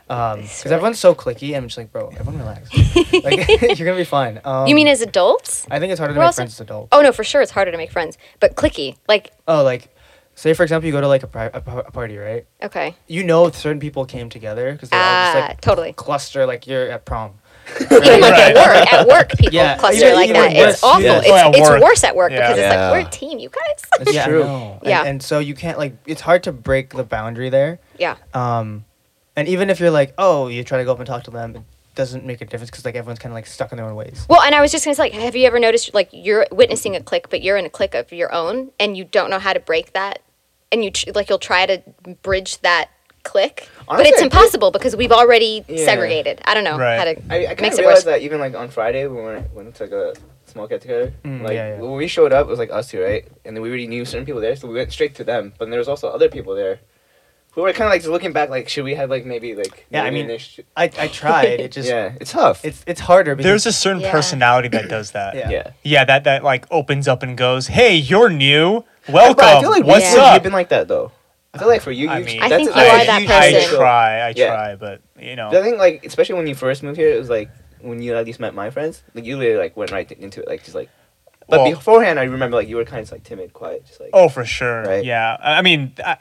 D: Um 'cause
B: It's
D: because everyone's so clicky and I'm just like bro everyone relax. like you're gonna be fine. Um,
B: you mean as adults?
D: I think it's harder to
B: We're
D: make
B: also-
D: friends as adults.
B: Oh no, for sure it's harder to make friends. But clicky, like
D: Oh like say for example you go to like a, pri- a, par- a party right?
B: okay,
D: You know certain people came together because they all just
B: ah,
D: like
B: totally.
D: cluster like you're at prom.
B: Even like at work, at work people
D: Yeah.
B: cluster
D: Even-
B: like
D: even
B: that.
D: at
B: It's
D: work,
B: awful.
A: yeah.
C: Oh, at
B: It's,
C: work.
B: it's worse at work
C: Yeah.
B: because it's
A: Yeah.
B: like we're a team, you guys.
A: That's
D: yeah, I
A: true.
D: know. And,
B: Yeah.
D: and so you can't like it's hard to break the boundary there.
B: yeah,
D: Um, and even if you're like, oh, you try to go up and talk to them, it doesn't make a difference because like everyone's kind of like stuck in their own ways.
B: Well, and I was just gonna say, like, have you ever noticed, like, you're witnessing a click, but you're in a click of your own, and you don't know how to break that, and you tr- like you'll try to bridge that click, but
A: Honestly, I
B: it's
A: think-
B: impossible because we've already
A: Yeah.
B: segregated. I don't know
C: Right.
B: how to.
A: I, I kind
B: Makes
A: of
B: it
A: realized
B: worse.
A: that even like on Friday when we went to like a small get together,
D: Mm,
A: like
D: yeah, yeah.
A: when we showed up, it was like us two, right? And then we already knew certain people there, so we went straight to them. But there was also other people there who were kind of like just looking back, like should we have like maybe like
D: Yeah, I
A: maybe
D: mean,
A: initi-
D: I, I tried. It just
A: yeah, it's tough.
D: it's it's harder because
C: There's a certain
B: Yeah.
C: personality that does that.
D: Yeah.
A: yeah. yeah.
C: Yeah, that that like opens up and goes, "Hey, you're new.
D: Oh,
C: Welcome.
A: But I feel like
C: What's
A: recently
B: Yeah.
A: you've
C: up?"
A: been like that though. I feel like for you,
C: I
A: you've-
C: mean-
B: I
A: that's
B: think
A: a-
B: you are that
C: I
B: person.
C: try, I
A: Yeah.
C: try, but you know,
A: But I think like especially when you first moved here, it was like when you at least met my friends, like you literally like went right into it, like just like. But
C: Well-
A: beforehand, I remember like you were kind of like timid, quiet, just like.
C: oh for sure,
A: Right.
C: yeah. I I mean, I,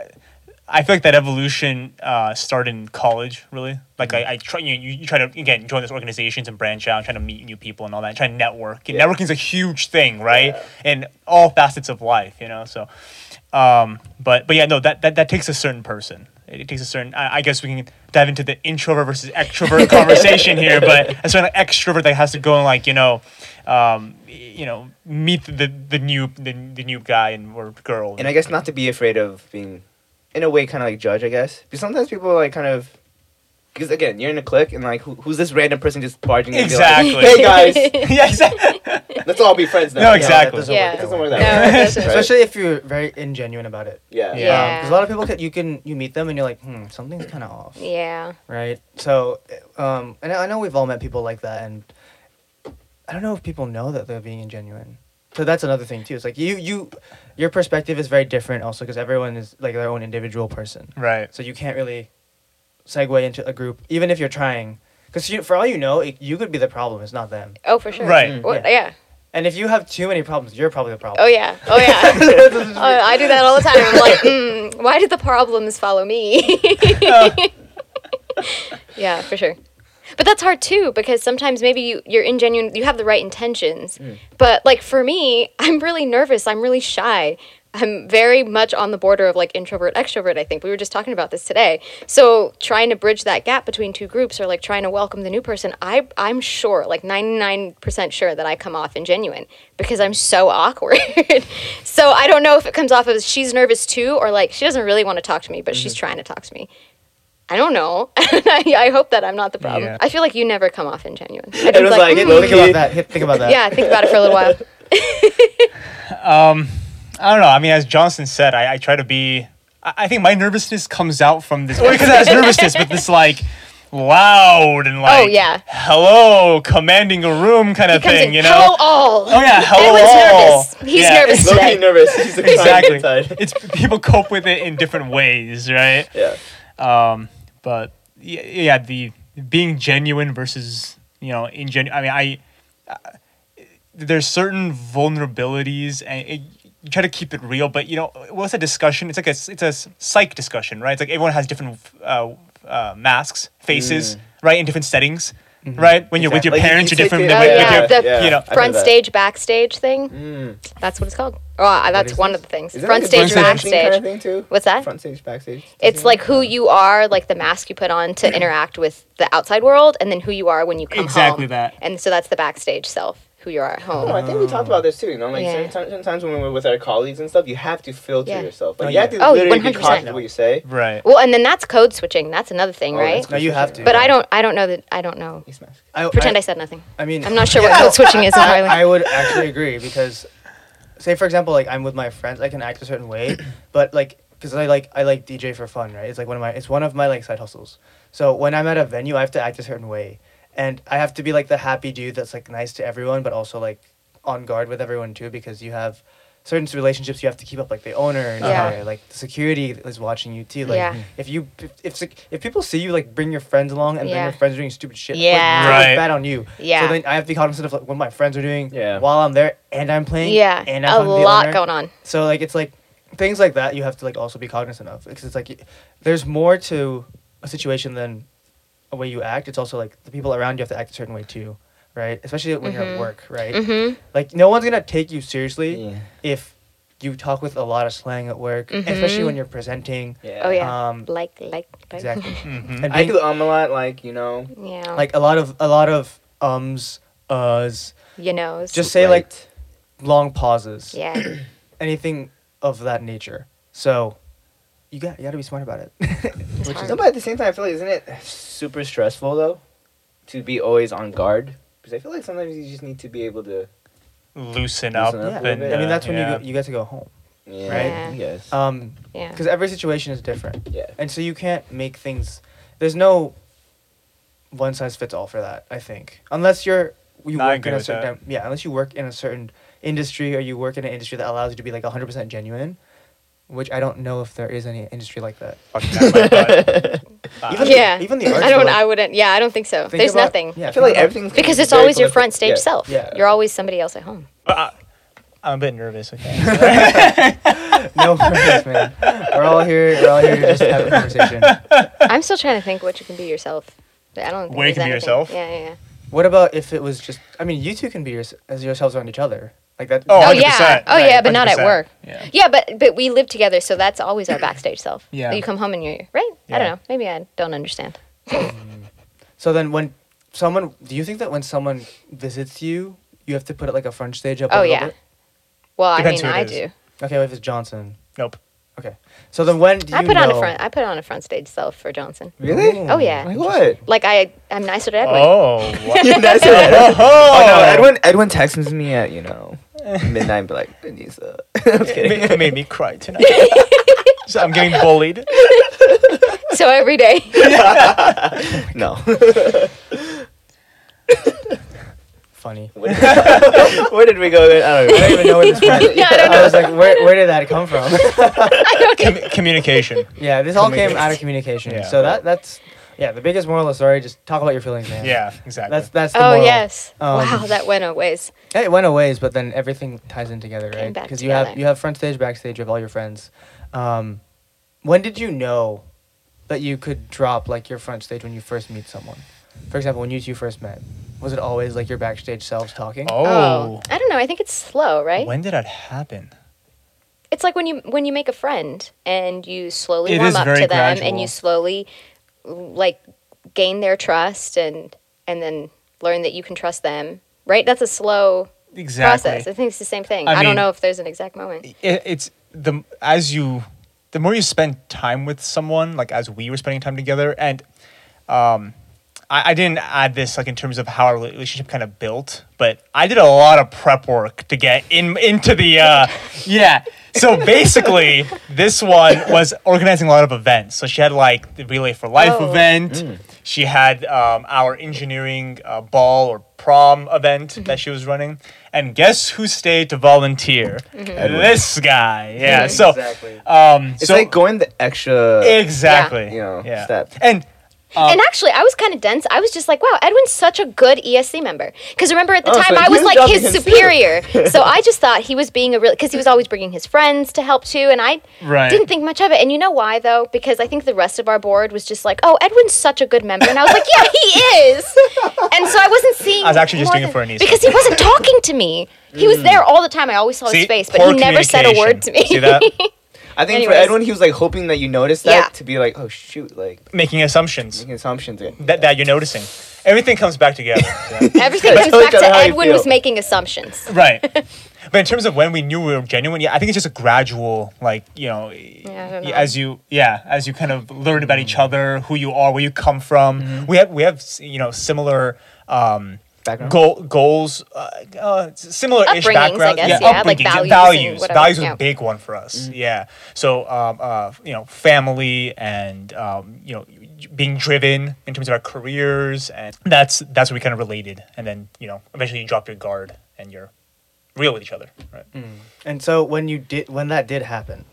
C: I feel like that evolution uh, started in college, really. Like
A: Mm.
C: I, I try, you, you try to again join those organizations and branch out, trying to meet new people and all that, and try to network. And
A: Yeah.
C: networking's a huge thing, right?
A: Yeah.
C: In all facets of life, you know. So, um, but but yeah, no, that that, that takes a certain person. It, it takes a certain. I, I guess we can dive into the introvert versus extrovert conversation here, but a certain extrovert that has to go and like you know, um, y- you know, meet the the new the, the new guy and or girl.
A: and I guess not to be afraid of being, in a way, kind of like judge. I guess because sometimes people like kind of, because again, you're in a clique and like who, who's this random person just barging? in and be like,
C: Exactly.
A: hey guys,
C: yeah, exactly.
A: let's all be friends now.
C: No,
A: You know,
D: that
C: exactly.
D: doesn't
B: Yeah.
D: work
A: It
D: that
A: doesn't
D: way.
A: work
B: No,
A: that
B: it
A: way.
B: doesn't.
A: Right?
D: Especially if you're very ingenuine about it.
A: Yeah.
C: Yeah.
D: Because a lot of people can you can you meet them and you're like, hmm, something's kind of off.
B: Yeah,
D: Right. So, um, and I know we've all met people like that, and I don't know if people know that they're being ingenuine. So that's another thing too. It's like you, you, your perspective is very different also because everyone is like their own individual person.
C: Right.
D: So you can't really segue into a group, even if you're trying. Because you, for all you know, it, you could be the problem. It's not them.
B: oh for sure.
C: Right.
B: Well,
D: Yeah.
B: yeah.
D: And if you have too many problems, you're probably the
B: Oh
D: problem.
B: yeah. Oh yeah. oh, I do that all the time. I'm like, mm, why did the problems follow me? yeah, for sure. But that's hard too because sometimes maybe you, you're ingenuine, you have the right intentions. But like for me, I'm really nervous. I'm really shy. I'm very much on the border of like introvert, extrovert, I think. We were just talking about this today. So trying to bridge that gap between two groups or like trying to welcome the new person, I, I'm sure, like 99% sure that I come off ingenuine because I'm so awkward. so I don't know if it comes off as she's nervous too or like she doesn't really want to talk to me, but she's
C: Mm-hmm.
B: trying to talk to me. I don't know. I, I hope that I'm not the problem.
C: Yeah.
B: I feel like you never come off ingenuine. I
A: It was like,
B: "Mm,
A: low
D: Think about that. Hit- Think about that.
B: yeah, think about it for a little while.
C: I don't know. I mean, as Johnson said, I, I try to be. I, I think my nervousness comes out from this. Or because that's nervousness, but this like loud and like.
B: yeah.
C: Hello, commanding a room kind
B: He
C: of
B: comes
C: thing.
B: in,
C: you know.
B: hello all.
C: Oh yeah, hello.
B: Everyone's
C: all.
B: nervous. He's
C: Yeah.
B: nervous
A: Low key
B: today.
A: nervous. He's excited
C: Exactly.
A: inside.
C: it's people cope with it in different ways, right?
A: Yeah.
C: Um, but yeah, yeah, the being genuine versus you know ingenu. I mean, I uh, there's certain vulnerabilities and it, you try to keep it real but you know what's a discussion it's like a it's a psych discussion right it's like everyone has different uh, uh, masks faces right in different settings right? When you're with your
A: Like, you-
C: parents,
A: you
C: you're different
A: take
C: than
A: it-
C: with
B: yeah,
C: your
B: the-
C: parents. you know.
A: I did
B: front
A: that.
B: stage backstage thing.
A: Mm.
B: That's what it's called. Oh, I- that's
A: is
B: one
A: this?
B: of the things.
A: Is that
B: Front
A: like a
B: stage
A: Disney
B: backstage.
A: Kind of thing too?
B: What's that?
A: Front stage backstage.
B: It's
A: Disney?
B: like who you are, like the mask you put on to interact with the outside world, and then who you are when you come
C: Exactly
B: home.
C: that.
B: And so that's the backstage self, who you are at home.
A: No, Oh, I think we talked about this too. You know, like
B: Yeah.
A: certain, times, certain times when we're with our colleagues and stuff, you have to filter
B: Yeah.
A: yourself. Like
C: Oh,
A: you have to
C: yeah.
B: Oh,
A: literally be
B: 100%.
A: cautious of what you say.
C: Right.
B: Well, and then that's code switching. That's another thing,
A: Oh,
B: right?
A: that's
D: No, you have to.
B: But I don't. I don't know that. I don't know.
A: Face mask.
D: I,
B: Pretend I, said nothing.
D: I mean,
B: I'm not sure what code switching is entirely.
D: I would actually agree because, say for example, like I'm with my friends, I can act a certain way, but like because I like I like DJ for fun, right? It's like one of my it's one of my like side hustles. So when I'm at a venue, I have to act a certain way, and I have to be like the happy dude that's like nice to everyone, but also like on guard with everyone too because you have certain relationships you have to keep up like the owner and
B: Yeah.
D: uh, like the security is watching you too like
B: Yeah.
D: if you if, if sec- if people see you like bring your friends along and bring
B: Yeah.
D: your friends doing stupid shit like,
B: Yeah.
D: it's
C: Right.
D: bad on you
B: Yeah.
D: so then I have to be cognizant of like what my friends are doing
A: Yeah.
D: while I'm there and I'm playing.
B: yeah,
D: And
B: a
D: I'm the
B: lot
D: owner.
B: going on.
D: So like it's like things like that you have to like also be cognizant of because it's like y- there's more to a situation than a way you act. It's also like the people around you have to act a certain way too, right? Especially when you're
B: Mhm.
D: at work, right?
B: Mm-hmm.
D: Like no one's gonna take you seriously
A: Yeah.
D: if you talk with a lot of slang at work,
B: Mm-hmm.
D: especially when you're presenting.
B: Oh yeah.
D: Um,
B: like, like, like.
D: exactly.
C: Mm-hmm.
D: And
A: I
D: being-
A: do um a lot, like you know.
B: yeah.
D: like a lot of a lot of ums, uhs,
B: you know.
D: just say like
A: right.
D: long pauses.
B: Yeah.
D: anything of that nature. So you got you got to be smart about it.
B: It's
D: Which
B: hard.
A: No, but at the same time, I feel like isn't it super stressful though, to be always on guard? Because I feel like sometimes you just need to be able to.
C: Loosen up.
A: Loosen
D: yeah,
A: up.
C: and,
D: I mean
C: uh,
D: that's when
C: yeah.
D: you go, you guys go home,
A: Yeah.
B: Right.
A: Yes.
D: because
B: yeah.
D: every situation is different,
A: yeah.
D: and so you can't make things. There's no one size fits all for that. I think unless you're you
C: No, I
D: work
C: agree
D: in a
C: with
D: certain
C: that.
D: time, yeah, unless you work in a certain industry or you work in an industry that allows you to be like 100 percent genuine, which I don't know if there is any industry like that.
C: Fucking out my butt. Uh,
D: Even
B: Yeah.
D: the, even the arts
B: I don't.
D: were, like-
B: I wouldn't. Yeah, I don't think so.
D: think
B: There's
D: about-
B: nothing.
D: Yeah,
A: I feel like
D: think about-
A: everything's
B: Because it's
A: very
B: always your
A: political.
B: front stage
A: Yeah.
B: self.
D: Yeah.
B: You're always somebody else at home.
C: I'm a bit nervous. Okay.
D: No worries, man. We're all here. We're all here to just have a conversation.
B: I'm still trying to think what you can be yourself. I don't. Think
C: Where you
B: there's
C: can be
B: anything.
C: yourself?
B: Yeah, yeah, yeah.
D: What about if it was just? I mean, you two can be your, as yourselves around each other. Like that.
B: Oh, yeah.
C: 100%.
B: Oh, yeah, but not at
C: 100%.
B: work.
C: Yeah.
B: Yeah, but but we live together, so that's always our backstage self.
C: Yeah.
B: You come home and you're right. I
C: Yeah.
B: don't know. Maybe I don't understand.
D: So then, when someone, do you think that when someone visits you, you have to put it like a front stage up? a
B: Oh,
D: little
B: yeah.
D: bit?
B: Well,
C: Depends
B: I mean,
C: who it
B: I
C: is.
B: do.
D: Okay, what if it's Johnson.
C: Nope.
D: Okay. So then, when do you
B: I put
D: know,
B: on a front. I put on a front stage self for Johnson.
A: Really?
D: Oh.
B: Oh yeah.
A: Like what?
B: Like I, I'm nicer to Edwin.
C: Oh. wow.
A: That's it. Oh, no, Edwin. Edwin texts me at you know midnight, and be like, Anissa. I'm
C: It
A: kidding.
C: made, it made me cry tonight. so I'm getting bullied.
B: So every day.
A: No.
D: Funny.
A: Where did we go? Again? I don't
D: I don't
A: even
D: even know where this went.
B: I don't
D: I
B: know.
D: was like, where, where did that come from?
C: Com- communication.
D: yeah, this all came out of communication.
C: Yeah.
D: So that that's yeah, the biggest moral of the story. Just talk about your feelings, man.
C: Yeah, exactly.
D: That's that's the
B: Oh
D: moral.
B: yes.
D: Um,
B: wow, that went a ways.
D: Yeah, It went a ways, but then everything ties in together,
B: Came
D: right?
B: back
D: Because you have
B: together.
D: you have front stage, backstage of all your friends. Um, when did you know that you could drop like your front stage when you first meet someone? For example, when you two first met, was it always like your backstage selves talking?
C: oh.
B: I don't know. I think it's slow, right?
C: When did that happen?
B: it's like when you when you make a friend and you slowly
C: It
B: warm
C: is
B: up
C: very
B: to them and
C: gradual.
B: you slowly like gain their trust and and then learn that you can trust them. Right? That's a slow
C: Exactly.
B: process. I think it's the same thing.
C: I
B: I, don't
C: mean-
B: know if there's an exact moment.
C: it, it's the as you the more you spend time with someone like as we were spending time together and um I, I didn't add this like in terms of how our relationship kind of built but i did a lot of prep work to get in into the uh yeah so basically this one was organizing a lot of events so she had like the relay for life
B: Oh.
C: event
A: Mm.
C: she had um, our engineering uh, ball or prom event
B: Mm-hmm.
C: that she was running and guess who stayed to volunteer
B: Mm-hmm.
C: this guy yeah so
D: exactly.
C: um
A: It's
C: so
A: like going the extra.
C: exactly
A: You know,
C: yeah
A: step.
C: and
B: and actually, I was kind of dense. I was just like, wow, Edwin's such a good ESC member. Because remember at the
A: Oh,
B: time,
A: so
B: I was
A: you
B: like
A: dubbed
B: his
A: him too.
B: superior. so I just thought he was being a real, because he was always bringing his friends to help too. And I
C: Right.
B: didn't think much of it. And you know why though? Because I think the rest of our board was just like, oh, Edwin's such a good member. And I was like, yeah, he is. And so I wasn't seeing.
C: I was actually just
B: more
C: doing it
B: than-
C: for an E easy.
B: Because he wasn't talking to me. He was there all the time. I always saw his
C: See?
B: face, but
C: Poor
B: he never said a word to me.
C: communication. See that?
A: I think for
B: Anyways.
A: Edwin, he was like hoping that you noticed that
B: Yeah.
A: to be like, oh shoot, like
C: Making assumptions
A: making assumptions. yeah.
C: that, that you're noticing. Everything comes back together. Yeah.
B: Everything
A: Tell
B: comes
A: each
B: back to
A: other how you
B: Edwin was
A: feel.
B: making assumptions.
C: right. But in terms of when we knew we were genuine, yeah, I think it's just a gradual, like you know,
B: I don't
C: y-
B: know.
C: as you, yeah, as you kind of learn about each other, who you are, where you come from. We have we have s- you know similar um,
A: Background.
C: goal goals, uh, uh, similar ish
B: Upbringings, I
C: backgrounds.
B: guess, yeah, like
C: upbringings,
B: values and
C: values.
B: whatever,
C: Values was
B: yeah. Mm-hmm.
C: a big one for us. Yeah. So um, uh, you know, family and um, you know, being driven in terms of our careers, and that's that's what we kind of related. And then you know, eventually you drop your guard and you're real with each other, right?
D: And so when you did when that did happen,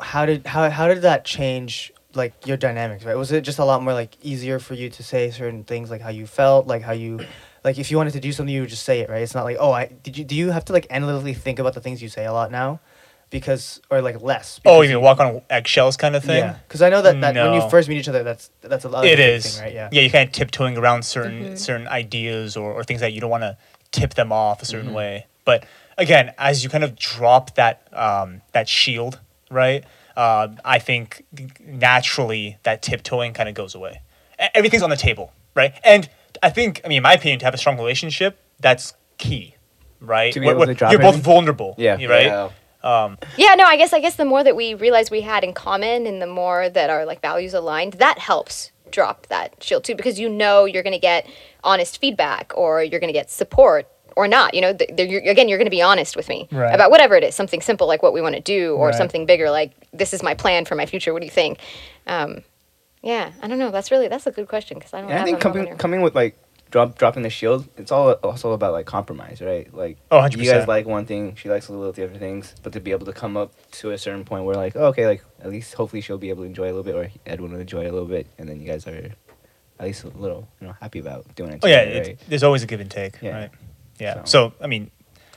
D: how did how how did that change like your dynamics, right? Was it just a lot more like easier for you to say certain things like how you felt, like how you like if you wanted to do something you would just say it, right? It's not like, "Oh, I did you do you have to like analytically think about the things you say a lot now?" Because or like less.
C: Oh,
D: because
C: you mean walk on eggshells kind of thing?
D: Yeah, because I know that, that when
C: No.
D: you first meet each other, that's that's a lot.
C: It
D: of a big
C: is.
D: thing, right? Yeah.
C: Yeah, you're kind of tiptoeing around certain certain ideas or, or things that you don't want to tip them off a certain
A: Mm-hmm.
C: way. But again, as you kind of drop that um, that shield, right? Um, I think naturally that tiptoeing kind of goes away. E- Everything's on the table, right? And I think, I mean, in my opinion, to have a strong relationship, that's key, right?
A: To be
C: We're-
A: able to
C: we're-
A: drop
C: you're both
A: everything?
C: vulnerable,
A: Yeah.
C: yeah, right?
A: Yeah.
B: Yeah, no, I guess I guess the more that we realized we had in common and the more that our like values aligned, that helps drop that shield too because you know you're going to get honest feedback or you're going to get support or not. You know, th- th- you're, again, you're going to be honest with me
C: Right.
B: about whatever it is, something simple like what we want to do or
C: Right.
B: something bigger like this is my plan for my future. What do you think? Um, yeah, I don't know. That's really that's a good question because I don't.
A: And I
B: have
A: think
B: a
A: coming
B: moment here.
A: coming with like drop dropping the shield, it's all also about like compromise, right? Like
C: Oh, 100%.
A: you guys like one thing, she likes a little of the other things, but to be able to come up to a certain point where like, oh, okay, like at least hopefully she'll be able to enjoy a little bit or Edwin will enjoy a little bit and then you guys are at least a little, you know, happy about doing it.
C: Oh, yeah,
A: together,
C: it,
A: right?
C: there's always a give and take,
A: Yeah.
C: right? Yeah.
A: So-
C: so, I mean,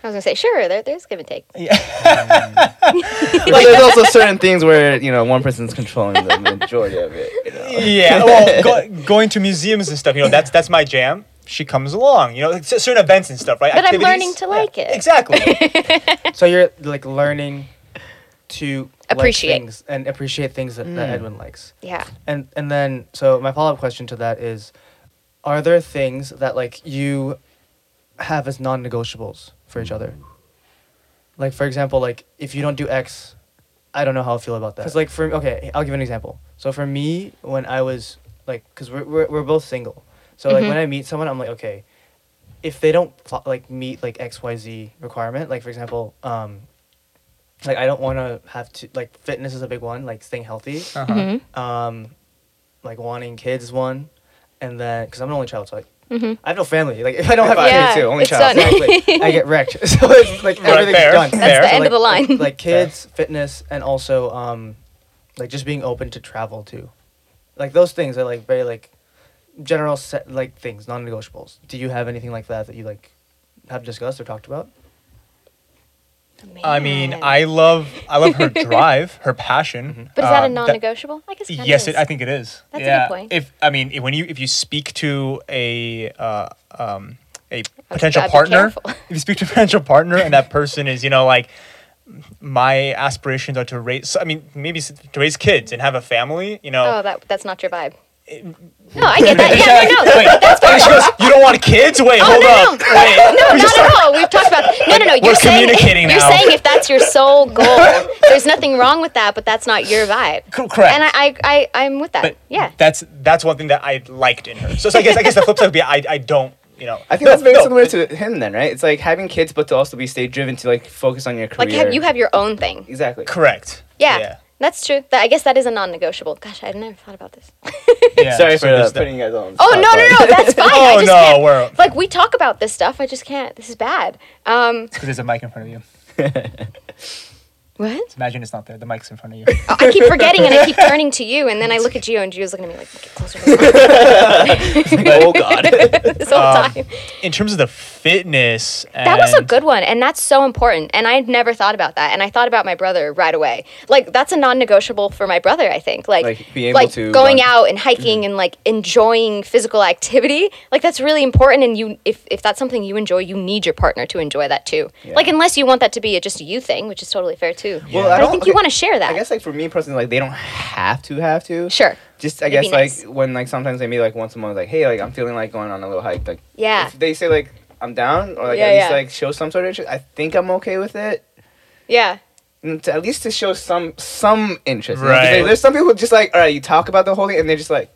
B: I was going to say sure, there, there's give and take.
A: But there's also certain things where, you know, one person's controlling the majority of it. You know?
C: yeah, well, go, going to museums and stuff, you know, that's that's my jam. She comes along, you know, like, c- certain events and stuff, right?
B: But I'm learning
C: Activities.
B: to like it.
C: Exactly.
D: So you're like learning to like
B: Appreciate.
D: things and appreciate things that, that Edwin likes.
B: Yeah.
D: And and then so my follow up question to that is, are there things that like you have as non negotiables for each other? Like for example, like if you don't do X, I don't know how I feel about that. Cause like for okay, I'll give an example. So for me, when I was like, cause we're we're, we're both single, so like when I meet someone, I'm like okay, if they don't fo- like meet like X Y Z requirement, like for example, um, like I don't want to have to like fitness is a big one, like staying healthy
C: Uh-huh.
B: Mm-hmm.
D: um, like wanting kids is one, and then because I'm an only child, so like
B: Mm-hmm.
D: I have no family. Like if I don't have
A: If I
D: kids,
A: Yeah, too, only
B: it's
A: child.
B: done.
D: exactly, I get wrecked. So it's like
C: Right,
D: everything's
C: fair,
D: done.
C: That's
B: fair. the
D: So,
B: end of the
D: like-
B: line.
D: Like kids, fitness, and also um, like just being open to travel too. Like those things are like very like general set like things, non-negotiables. Do you have anything like that that you like have discussed or talked about?
C: I mean,
B: Man.
C: I love I love her drive, her passion.
B: But is that
C: Uh,
B: a non-negotiable? I guess. kinda
C: Yes,
B: is.
C: it, I think it is.
B: That's a good
C: yeah.
B: point.
C: If I mean, if, when you if you speak to a uh, um, a
B: gotta
C: potential
B: be
C: partner,
B: careful.
C: if you speak to a potential partner, and that person is you know like my aspirations are to raise. I mean, maybe s- to raise kids and have a family. You know,
B: Oh, that that's not your vibe. No, I get that. Yeah,
C: Exactly.
B: no, no,
C: Wait, and she goes, you don't want kids? Wait, hold
B: Oh, no,
C: up.
B: no.
C: Wait.
B: no, not at all. We've talked about no, no, no. You're
C: We're
B: saying
C: communicating
B: you're
C: now.
B: saying if that's your sole goal, there's nothing wrong with that, but that's not your vibe.
C: Co- correct.
B: And I, I, I I'm with that.
C: But
B: yeah.
C: That's that's one thing that I liked in her. So, so I guess I guess the flip side would be I, I don't, you know.
A: I think that's very similar to him then, right? It's like having kids but to also be stay driven to like focus on your career.
B: like have, you have your own thing.
A: Exactly.
C: Correct.
B: Yeah. That's true. That, I guess that is a non-negotiable. Gosh, I've never thought about this.
C: Yeah,
A: Sorry
C: so
A: for uh,
C: there's that.
A: putting you guys on.
B: Oh no, no, no. That's fine. I
C: Oh,
B: just
C: no,
B: can't.
C: we're-
B: Like we talk about this stuff. I just can't. This is bad. Um,
C: Because there's a mic in front of you.
B: What?
C: Imagine it's not there. The mic's in front of you.
B: Oh, I keep forgetting and I keep turning to you, and then I look at Gio, and Gio's looking at me like, get closer.
A: oh god.
B: this whole
C: Um,
B: time.
C: in terms of the fitness,
B: That was a
C: and-
B: good one, and that's so important. And I'd never thought about that. And I thought about my brother right away. Like that's a non-negotiable for my brother. I think like
A: Like, mm-hmm. be able
B: like,
A: to
B: going
A: run.
B: out and hiking and like enjoying physical activity. Like that's really important. And you, if if that's something you enjoy, you need your partner to enjoy that too.
A: Yeah.
B: Like unless you want that to be a, just a you thing, which is totally fair too.
A: Well,
B: but I,
A: don't-
B: think
A: okay,
B: you want to share that.
A: I guess like for me personally, like they don't have to have to.
B: Sure.
A: Just I
B: It'd
A: guess
B: be
A: like
B: nice.
A: when like sometimes they meet like once a month, like hey, like I'm feeling like going on a little hike. Like
B: Yeah.
A: if they say like I'm down or like
B: Yeah,
A: at least
B: yeah.
A: like show some sort of interest, I think I'm okay with it.
B: Yeah.
A: And to- at least to show some some interest. you know, 'cause,
C: Right.
A: like, there's some people who just like all right, you talk about the whole thing, and they're just like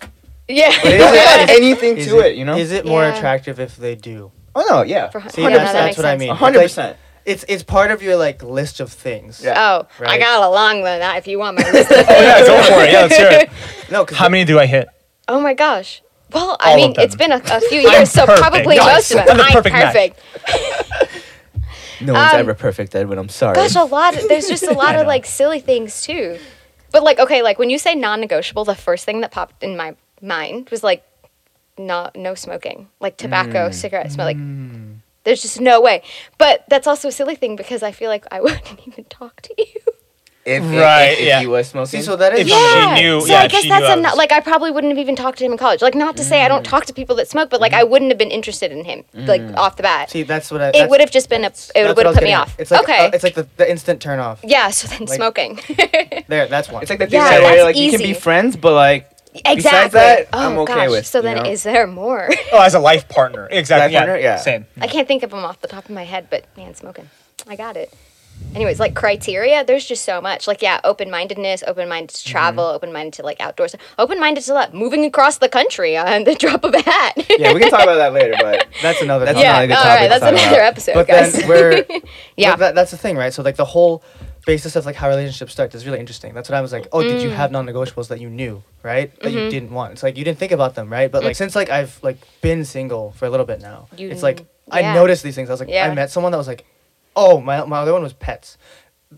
A: but they don't
B: Yeah.
A: add anything
D: Is
A: to it, you know.
D: Is it more
B: Yeah.
D: attractive if they do?
A: Oh no, yeah,
B: For hun-
D: See,
B: oh, no, that
D: that's, that's
B: makes
D: what I
B: sense.
D: mean.
A: a hundred
D: Like,
A: percent.
D: It's it's part of your like list of things.
A: Yeah.
B: Oh, I
D: Right.
B: got a long one. That if you want my list.
C: Oh yeah, go for it. Yeah, let's hear it.
D: No, because
C: How many do I hit?
B: Oh my gosh. Well,
C: All
B: I
C: of
B: mean,
C: them.
B: it's been a, a few
C: I'm
B: years, so
C: perfect.
B: probably
C: Nice.
B: most of
C: I'm
B: them.
C: the
B: I'm
C: perfect
B: perfect.
C: match.
A: No one's
B: Um,
A: ever perfect, Edwin. I'm sorry.
B: Gosh, a lot. Of, there's just a lot
C: I
B: of
C: know.
B: like silly things too. But like, okay, like when you say non-negotiable, the first thing that popped in my mind was like, no, no smoking, like
C: Mm.
B: tobacco, cigarette smoke. Like, there's just no way. But that's also a silly thing because I feel like I wouldn't even talk to you.
A: if, if-
C: Right,
A: if, if
C: yeah.
A: you was smoking,
D: see, so that
C: If
D: is
C: she
B: yeah.
C: knew-
B: so
C: yeah,
B: I
C: if
B: guess
C: she knew
B: that's
C: I
B: a no-
C: was-
B: like I probably wouldn't have even talked to him in college. Like not to say I don't talk to people that smoke, but like I wouldn't have been interested in him like off the bat.
D: see that's what I.
B: it
D: that's-
B: would have just been a
D: that's
B: it
D: what
B: would have
D: I was
B: put me
D: getting at.
B: off.
D: It's like
B: okay.
D: uh, it's like the, the instant turn off.
B: yeah, so then
D: like-
B: smoking.
D: There, that's one.
A: it's like the thing
B: Yeah,
A: said earlier,
B: that's
A: like you can be
B: easy.
A: friends, but like
B: exactly.
A: that,
B: oh
A: I'm okay
B: gosh.
A: with,
B: so
A: you
B: then
A: know?
B: is there more?
C: Oh, as a life partner. Exactly.
A: Life partner? Yeah.
C: Same.
B: I can't think of them off the top of my head, but man, smoking. I got it. Anyways, like criteria, there's just so much. Like, yeah, open mindedness, open minded to travel, open minded to like outdoors, open minded to like moving across the country on the drop of a hat.
A: yeah, we can talk about that later, but
D: that's another.
A: That's
D: topic.
A: not
B: yeah,
A: a good
B: all
A: topic to
B: right, that's
A: talk about.
B: another episode,
D: but
B: guys.
D: then we're
B: Yeah.
D: but that, that's the thing right so like the whole basis of like how relationships start is really interesting that's what i was like oh
B: Mm.
D: did you have non-negotiables that you knew right that
B: Mm-hmm.
D: you didn't want it's like you didn't think about them right but like since like i've like been single for a little bit now
B: Mm. You
D: it's like
B: kn-
D: i
B: yeah.
D: noticed these things i was like
B: Yeah.
D: i met someone that was like oh my, my other one was pets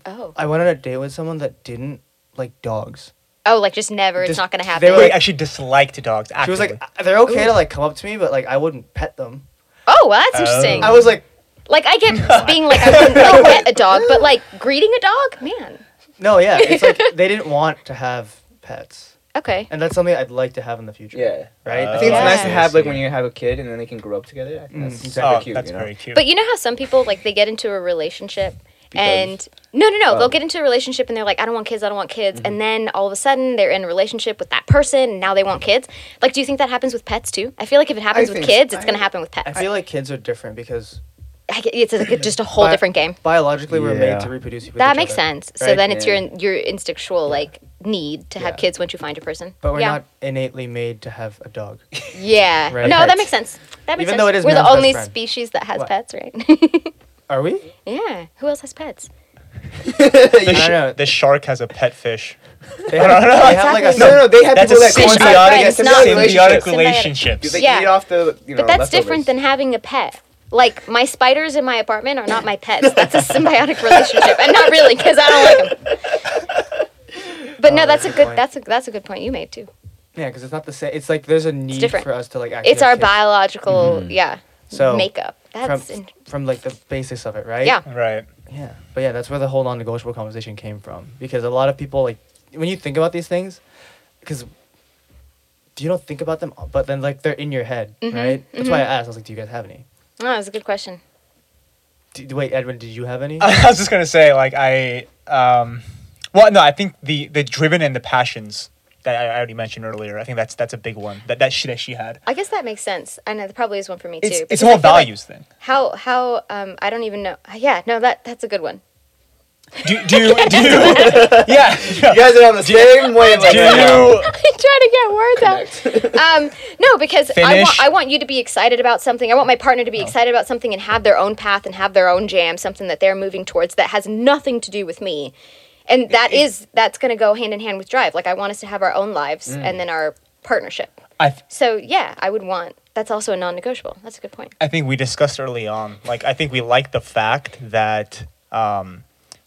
B: oh,
D: i went on a date with someone that didn't like dogs
B: oh, like just never. It's
D: Just-
B: not gonna
D: they
B: happen.
D: were
C: Wait,
D: like-
C: actually disliked dogs. Actively.
D: she was like "Uh, they're okay to like come up to me but like i wouldn't pet them
B: oh, well, that's interesting.
D: i was like
B: Like I get being like I wouldn't like, pet a dog, but like greeting a dog, man.
D: no yeah it's like they didn't want to have pets
B: Okay.
D: and that's something i'd like to have in the future
A: yeah.
D: right?
C: Uh,
A: I think it's
B: Yeah.
A: nice to have like when
C: Yeah.
A: you have a kid and then they can grow up together. I think that's
D: Mm.
A: super
C: oh,
A: cute.
C: that's
A: you know?
C: very cute.
B: But you know how some people like they get into a relationship and no, no, no.
A: Oh.
B: They'll get into a relationship and they're like, I don't want kids, I don't want kids, and
D: Mm-hmm.
B: then all of a sudden they're in a relationship with that person, and now they want kids. Like, do you think that happens with pets too? I feel like if it happens with
A: think-
B: kids, it's gonna
A: I-
B: happen with pets.
D: I
B: I
D: feel like kids are different because
B: get- it's like just a whole
D: Bi-
B: different game.
D: biologically we're
A: Yeah.
D: made to reproduce. With
B: That
D: each
B: makes
D: other,
B: sense. So
D: right?
B: then it's
A: Yeah.
B: your your instinctual like need to have
D: Yeah.
B: kids once you find a person.
D: but we're
B: yeah.
D: not innately made to have a dog.
B: Yeah.
D: Right.
B: No, that
D: Pets.
B: makes sense. That makes
D: Even
B: sense.
D: though it is
B: We're the
D: man's best
B: only
D: friend.
B: species that has
D: What?
B: pets, right?
D: Are we?
B: yeah. Who else has pets?
C: the,
D: I
C: sh-
D: don't know.
C: the shark has a pet fish.
D: They have, they have like a
A: No, no, they have
C: That's
A: people
C: a
A: that coincide-
C: symbiotic,
B: It's
A: symbiotic
B: not
C: symbiotic
B: relationships.
C: relationships.
A: Do they
B: Yeah.
A: eat off the? You know,
B: But that's different than having a pet. Like my spiders in my apartment are not my pets. That's a symbiotic relationship, and not really because I don't like them. But
D: Oh,
B: no, that's
D: that's
B: a
D: a
B: good
D: point.
B: that's a that's a good point you made too.
D: yeah, because it's not the same. It's like there's a need
B: different.
D: for us to like. Actually
B: It's
D: have
B: our
D: kids
B: biological yeah
D: Mm-hmm. So,
B: makeup.
D: from,
B: That's in-
D: from like the basis of it, right?
B: Yeah.
C: Right.
D: Yeah, but yeah, that's where the whole non-negotiable conversation came from because a lot of people like when you think about these things, because you don't think about them, but then like they're in your head,
B: Mm-hmm.
D: right? That's why I asked. I was like, "Do you guys have any?"
B: oh, that's a good question.
D: Do, wait, Edwin, did you have any?
C: I was just gonna say, like I, um, well, no, I think the the driven and the passions that I, I already mentioned earlier. I think that's that's a big one that that she that she had.
B: I guess that makes sense. I know there probably is one for me
C: It's
B: too. because
C: it's a
B: I
C: whole
B: feel like-
C: values thing.
B: How how um I don't even know. Yeah, no that that's a good one.
C: Do do you, do you, yeah. yeah.
A: You guys are on the same wavelength.
C: Do
A: right now.
C: you
B: I'm trying to get words out. um, no, because I
C: Finish. Oh.
B: want I want you to be excited about something. I want my partner to be excited about something and have their own path and have their own jam, something that they're moving towards that has nothing to do with me. And that is that's going to go hand in hand with drive. Like I want us to have our own lives
C: Mm.
B: and then our partnership.
C: I th-
B: So yeah, I would want. That's also a non-negotiable. That's a good point.
C: I think we discussed early on. Like I think we like the fact that um,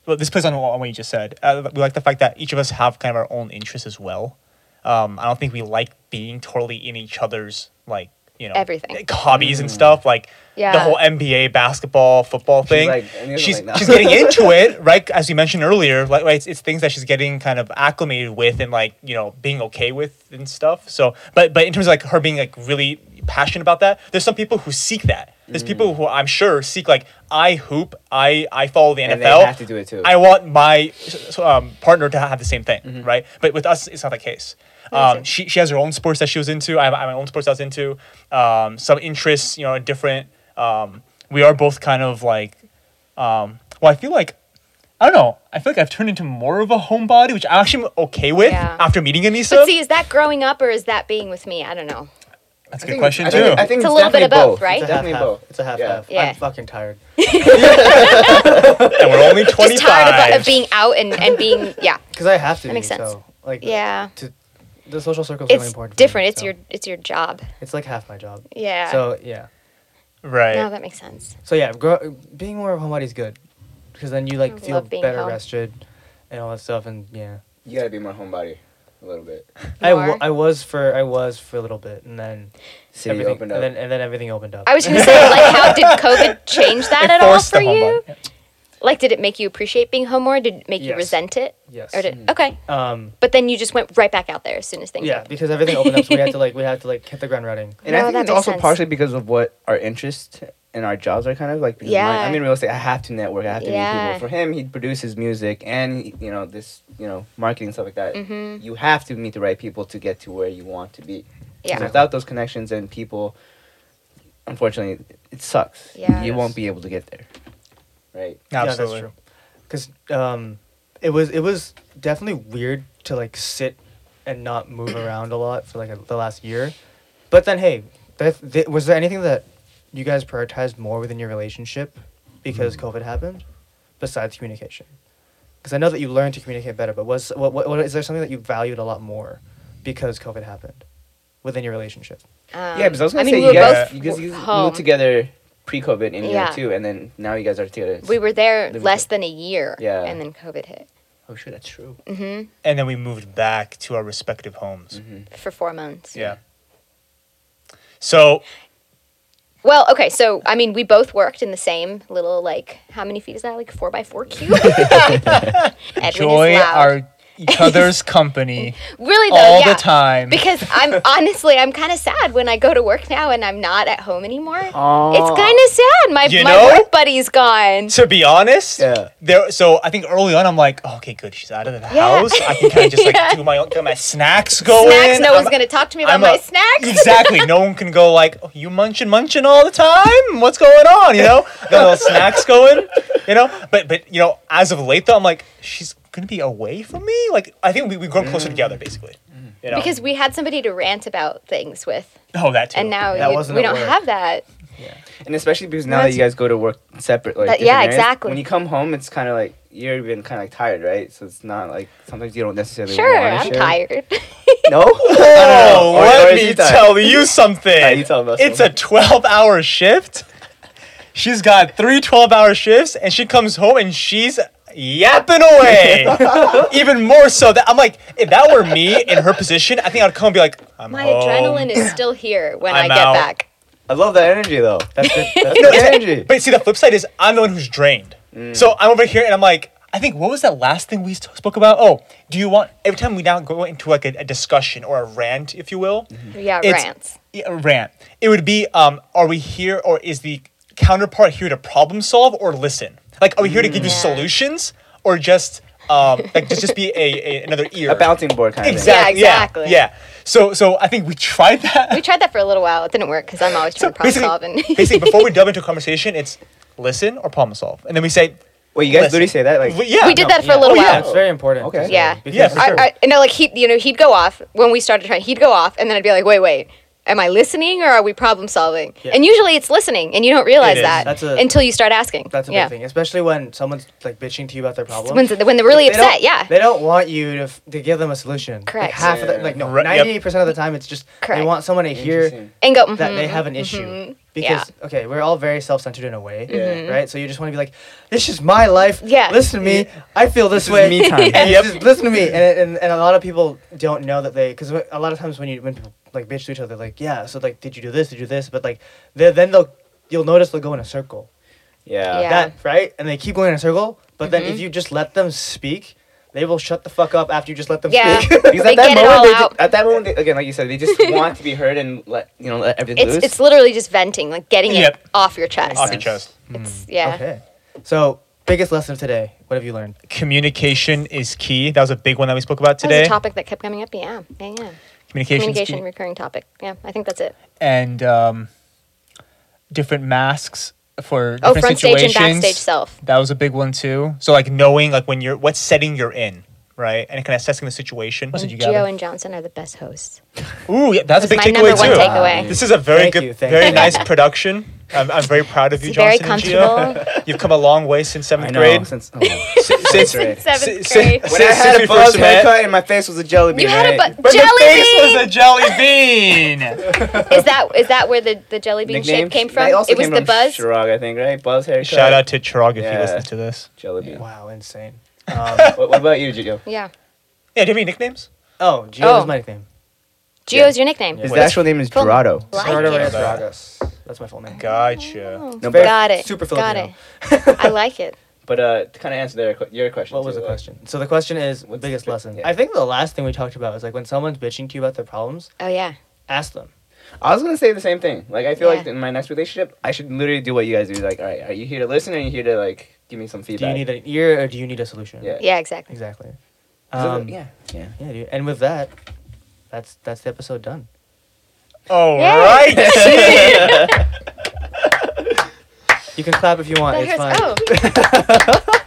C: well, this plays on what on what you just said. Uh, we like the fact that each of us have kind of our own interests as well. Um, I don't think we like being totally in each other's like you know
B: Everything.
C: like, hobbies and stuff like the
B: Yeah.
C: whole NBA basketball football thing.
A: like, I mean,
C: she's
A: like, no.
C: she's getting into it right as you mentioned earlier. Like, like, it's, it's things that she's getting kind of acclimated with and like you know being okay with and stuff. So but but in terms of like her being like really passionate about that, there's some people who seek that. There's
A: Mm.
C: people who I'm sure seek like I hoop, I I follow the NFL.
A: And they have to do it too. Mm-hmm.
C: I want my s- um, partner to have the same thing, right? But with us, it's not the case. Um,
B: Amazing.
C: she, she has her own sports that she was into. I have, I have my own sports I was into. Um, some interests, you know, are different. Um, we are both kind of like, um, well, I feel like, I don't know. I feel like I've turned into more of a homebody, which I'm actually okay with
B: Yeah.
C: after meeting Anissa.
B: But see, is that growing up or is that being with me? I don't know.
C: That's
A: I
C: a good
A: think-
C: question,
A: I
C: too.
A: think- I think
B: It's a little bit
A: definitely
B: of both, right?
D: It's
A: It's
D: a half
A: definitely
D: half.
A: both.
D: It's a half
A: Yeah.
D: half.
B: Yeah.
D: I'm fucking tired.
C: and we're only
B: Just
C: 25.
B: tired of, of being out and, and being, yeah.
D: Because I have to.
B: That
D: be,
B: makes sense.
D: So, like,
B: Yeah.
D: To, the social circle is really
B: It's
D: important. for me,
B: different. It's
D: so
B: your it's your job.
D: It's like half my job.
B: Yeah.
D: So yeah.
C: right.
B: No, that makes sense.
D: So yeah, grow, being more of a homebody is good, because then you like
B: I
D: feel
B: love being
D: better
B: home.
D: rested, and all that stuff. And yeah,
A: You gotta be more homebody a little bit.
D: I, w-
B: More.
D: I was for I was for a little bit, and then
A: City
D: everything
A: opened up.
D: and then and then everything opened up.
B: I was gonna say, like, how did COVID change that
C: It
B: at all
C: forced the
B: for you?
C: homebody.
B: Like, did it make you appreciate being home more? Did it make you
D: Yes.
B: resent it?
D: yes.
B: Or did okay?
D: um.
B: But then you just went right back out there as soon as things.
D: Yeah,
B: opened.
D: because everything opened up, so we had to like we had to like hit the ground running.
A: And
B: No,
A: I think
B: that
A: it's
B: makes
A: also
B: sense.
A: partially because of what our interests and our jobs are kind of like. because mine-
B: Yeah.
A: I'm in real estate. I have to network. I have to meet
B: Yeah.
A: people. For him, he produces music and he- you know this, you know, marketing and stuff like that.
B: Mhm.
A: You have to meet the right people to get to where you want to be. 'Cause
B: Yeah.
A: Without those connections and people, unfortunately, it sucks.
B: Yeah.
A: You
D: Yes.
A: won't be able to get there. Right.
C: Absolutely.
D: Yeah, that's true. Because um, it was it was definitely weird to like sit and not move around a lot for like a, the last year, but then hey, that, th- was there anything that you guys prioritized more within your relationship because
C: Hmm.
D: COVID happened, besides communication? Because I know that you learned to communicate better, but was what, what, what is there something that you valued a lot more because COVID happened within your relationship?
B: Um,
A: yeah, because I was gonna
B: mean,
A: say
B: we were
A: you guys,
B: both
A: you guys you
B: home.
A: moved together pre-COVID in
B: Yeah.
A: here too, and then now you guys are together.
B: We were there
A: They were
B: less
A: both-
B: than a year.
A: Yeah.
B: And then COVID hit.
A: Oh sure, that's true.
B: hmm
C: And then we moved back to our respective homes.
A: Mhm.
B: For four months.
C: Yeah. So
B: Well, okay, so I mean, we both worked in the same little like how many feet is that? Like four by four cube. Edwin
C: enjoy
B: is loud.
C: our each other's company
B: really though,
C: all
B: yeah.
C: the time.
B: Because I'm honestly, I'm kind of sad when I go to work now and I'm not at home anymore.
A: Aw.
B: It's kind of sad. My
C: You
B: my
C: know?
B: work buddy's gone.
C: to be honest,
A: Yeah.
C: There. So I think early on, I'm like, oh, okay, good. She's out of the
B: Yeah.
C: house. I can kind of just like do my own. Get my snacks going.
B: snacks. No one's
C: I'm-
B: gonna talk to me about
C: I'm
B: my
C: a-
B: snacks.
C: Exactly. No one can go like, oh, you munching, munching all the time. What's going on? You know, got little snacks going. You know, but but you know, as of late though, I'm like, she's gonna be away from me. Like, I think we we grown closer together basically. You know?
B: Because we had somebody to rant about things with,
C: oh that too.
B: and now
D: That
B: you-
D: wasn't
B: we
D: at
B: don't
D: work.
B: have that.
A: And especially because now
C: That's-
A: that you guys go to work separate, like
B: That-
A: different
B: yeah,
A: areas,
B: exactly.
A: When you come home, it's kind of like you're even kind of like tired, right? So it's not like sometimes you don't necessarily.
B: Sure,
A: wanna
B: I'm
A: share.
B: tired.
A: No,
C: Oh,
A: Or- or
C: let
A: is
C: me
A: he tired?
C: tell you something.
A: Yeah, you tell us
C: it's a
A: something.
C: 12 hour shift. She's got three 12 hour shifts, and she comes home and she's yapping away. Even more so that I'm like, if that were me in her position, I think I'd come and be like, I'm
B: my
C: home.
B: adrenaline
A: Oh.
B: is still here when i
C: I'm
B: get
C: out.
B: back.
A: I love that energy though.
D: That's good. That's
A: No
D: good.
A: energy.
C: But see, the flip side is I'm the one who's drained.
A: Mm.
C: So I'm over here and I'm like, I think what was that last thing we st- spoke about? Oh, do you want every time we now go into like a, a discussion or a rant, if you will?
A: Mm-hmm.
B: Yeah,
C: It's-
B: rants.
C: Yeah, a rant. It would be, um, are we here or is the counterpart here to problem solve or listen? Like, are we here to give you
B: Mm, Yeah.
C: solutions or just, um, like just, just be a, a another ear?
A: A bouncing board kind of
C: Exactly. Yeah,
B: exactly.
C: Yeah, So, so I think we tried that.
B: We tried that for a little while. It didn't work because I'm always trying to problem
C: basically,
B: solve. And
C: basically, before we delve into a conversation, it's listen or problem solve, and then we say,
A: thing. Wait, you guys
C: Listen.
A: literally say that like
C: w- yeah.
B: we did
C: no,
B: that for a little
C: Oh, yeah.
B: while.
D: That's very important.
A: Okay.
D: to
B: Yeah.
D: say, because
C: Yeah, for
B: I,
C: sure.
B: I, no, like he, you know, he'd go off when we started trying. He'd go off, and then I'd be like, "Wait, wait, am I listening or are we problem solving?"
D: Yeah.
B: And usually, it's listening, and you don't realize
C: is.
B: that
D: That's a-
B: until you start asking.
D: That's a
B: yeah.
D: big thing, especially when someone's like bitching to you about their problem.
B: When, when they're really
D: They don't-
B: upset, yeah.
D: They don't want you to, f- to give them a solution. Like
B: Correct.
D: half of the,
A: Yeah.
D: like no,
C: Right, yep.
D: ninety eight percent of the time it's just they
B: Correct.
D: want someone to hear
A: Interesting.
B: And go.
D: that they
B: "Mhm,
D: have an issue.
B: mhm."
D: because okay, we're all very self-centered in a way,
A: Yeah. Mhm.
D: right? So you just want to be like, this is my life.
B: Mm-hmm. Yeah.
D: Listen to me. I feel
A: This
D: this,
A: is
D: way.
A: me time.
D: And
A: Yep.
D: just listen to me. And, and and a lot of people don't know that they because a lot of times when you when people like bitch to each other, they're like yeah, so like did you do this? Did you do this? But like they, then they'll you'll notice they'll go in a circle.
A: Yeah.
B: Yeah. Mm-hmm.
D: That right? And they keep going in a circle. But then if you just let them speak, they will shut the fuck up after you just let them
B: Yeah.
D: speak.
A: Because
B: They
A: at that
B: get it all
A: moment, they ju-
B: out.
A: at that moment, they, again, like you said, they just want to be heard and let you know let everything
B: It's
A: loose.
B: it's literally just venting, like getting
C: Yep.
B: it off your chest.
C: off your
A: sense.
C: chest.
B: It's yeah.
D: Mm. Okay. So biggest lesson of today. What have you learned?
C: Communication is key. That was a big one that we spoke about
B: That was
C: today.
B: a topic that kept coming up. Yeah, yeah, yeah.
C: Communication. is
B: Communication,
C: key.
B: recurring topic. Yeah, I think that's it.
C: and um, different masks for
B: Oh, front
C: different
B: stage and
C: situations.
B: backstage self.
C: That was a big one too. So like knowing like when you're what setting you're in, right? And kind of assessing the situation. What did you gather?
B: Gio and Johnson are the best hosts.
C: Ooh, yeah, that's
B: That's
C: a big
B: my
C: takeaway
B: number one
C: too.
A: Ah,
B: takeaway.
C: This is a very
D: Thank
C: good,
D: you, thank
C: very
D: you.
C: nice production. I'm, I'm very proud of you,
B: It's very
C: Johnson and Gio.
B: comfortable.
C: You've come a long way
A: I
C: since seventh
A: know.
C: grade.
A: Since, oh.
C: Since- since-
A: Seventh grade.
B: Seventh
C: si- si-
B: grade.
A: when I
C: since
A: had
C: we
A: a
C: first
A: buzz
C: met-
A: haircut and my face was a jelly bean.
B: You had a
A: right?
B: bu-
C: But
B: jelly
C: the face
B: bean.
C: was a jelly bean.
B: Is that is that where the, the jelly bean
A: Nickname?
B: shape came
A: They
B: from?
A: also
B: It was
A: came
B: the
A: from
B: buzz.
A: Chirag, I think, right? Buzz haircut.
C: Shout out to Chirag if he
A: Yeah.
C: listens to this.
A: jelly bean.
D: Wow, insane. Um,
A: What, what about you, Gio?
B: Yeah.
C: Yeah, do you have any nicknames?
D: Oh, Gio
B: Oh.
D: is my nickname.
B: Gio's your nickname.
D: Yeah.
A: His
D: Wait.
A: actual name is
B: Full-
A: Gerardo.
B: Like
D: Gerardo
B: it.
D: Reyes Vargas. That's my full name.
C: Gotcha.
A: No, but-
B: Oh, Got it.
D: Super
B: Got
D: Filipino.
B: it. I like it.
A: But uh, to kind of answer their, que- your question.
D: What was
A: too,
D: the
A: like,
D: question? So the question is
A: What's
D: biggest
A: the-
D: lesson.
A: yeah.
D: I think the last thing we talked about was like when someone's bitching to you about their problems,
B: Oh yeah.
D: ask them.
A: I was gonna say the same thing. Like I feel
B: Yeah.
A: like in my next relationship, I should literally do what you guys do. Like, all right, are you here to listen or are you here to like give me some
D: Do
A: feedback?
D: you need an ear or do you need a solution?
A: Yeah.
B: Yeah, exactly.
D: Exactly.
A: So the-
D: Um, yeah.
A: yeah, yeah.
D: Yeah, dude. And with that, that's that's the episode done.
C: All
B: Yeah.
C: right.
D: You can clap if you want.
B: That
D: it's
B: hurts.
D: fine.
B: Oh.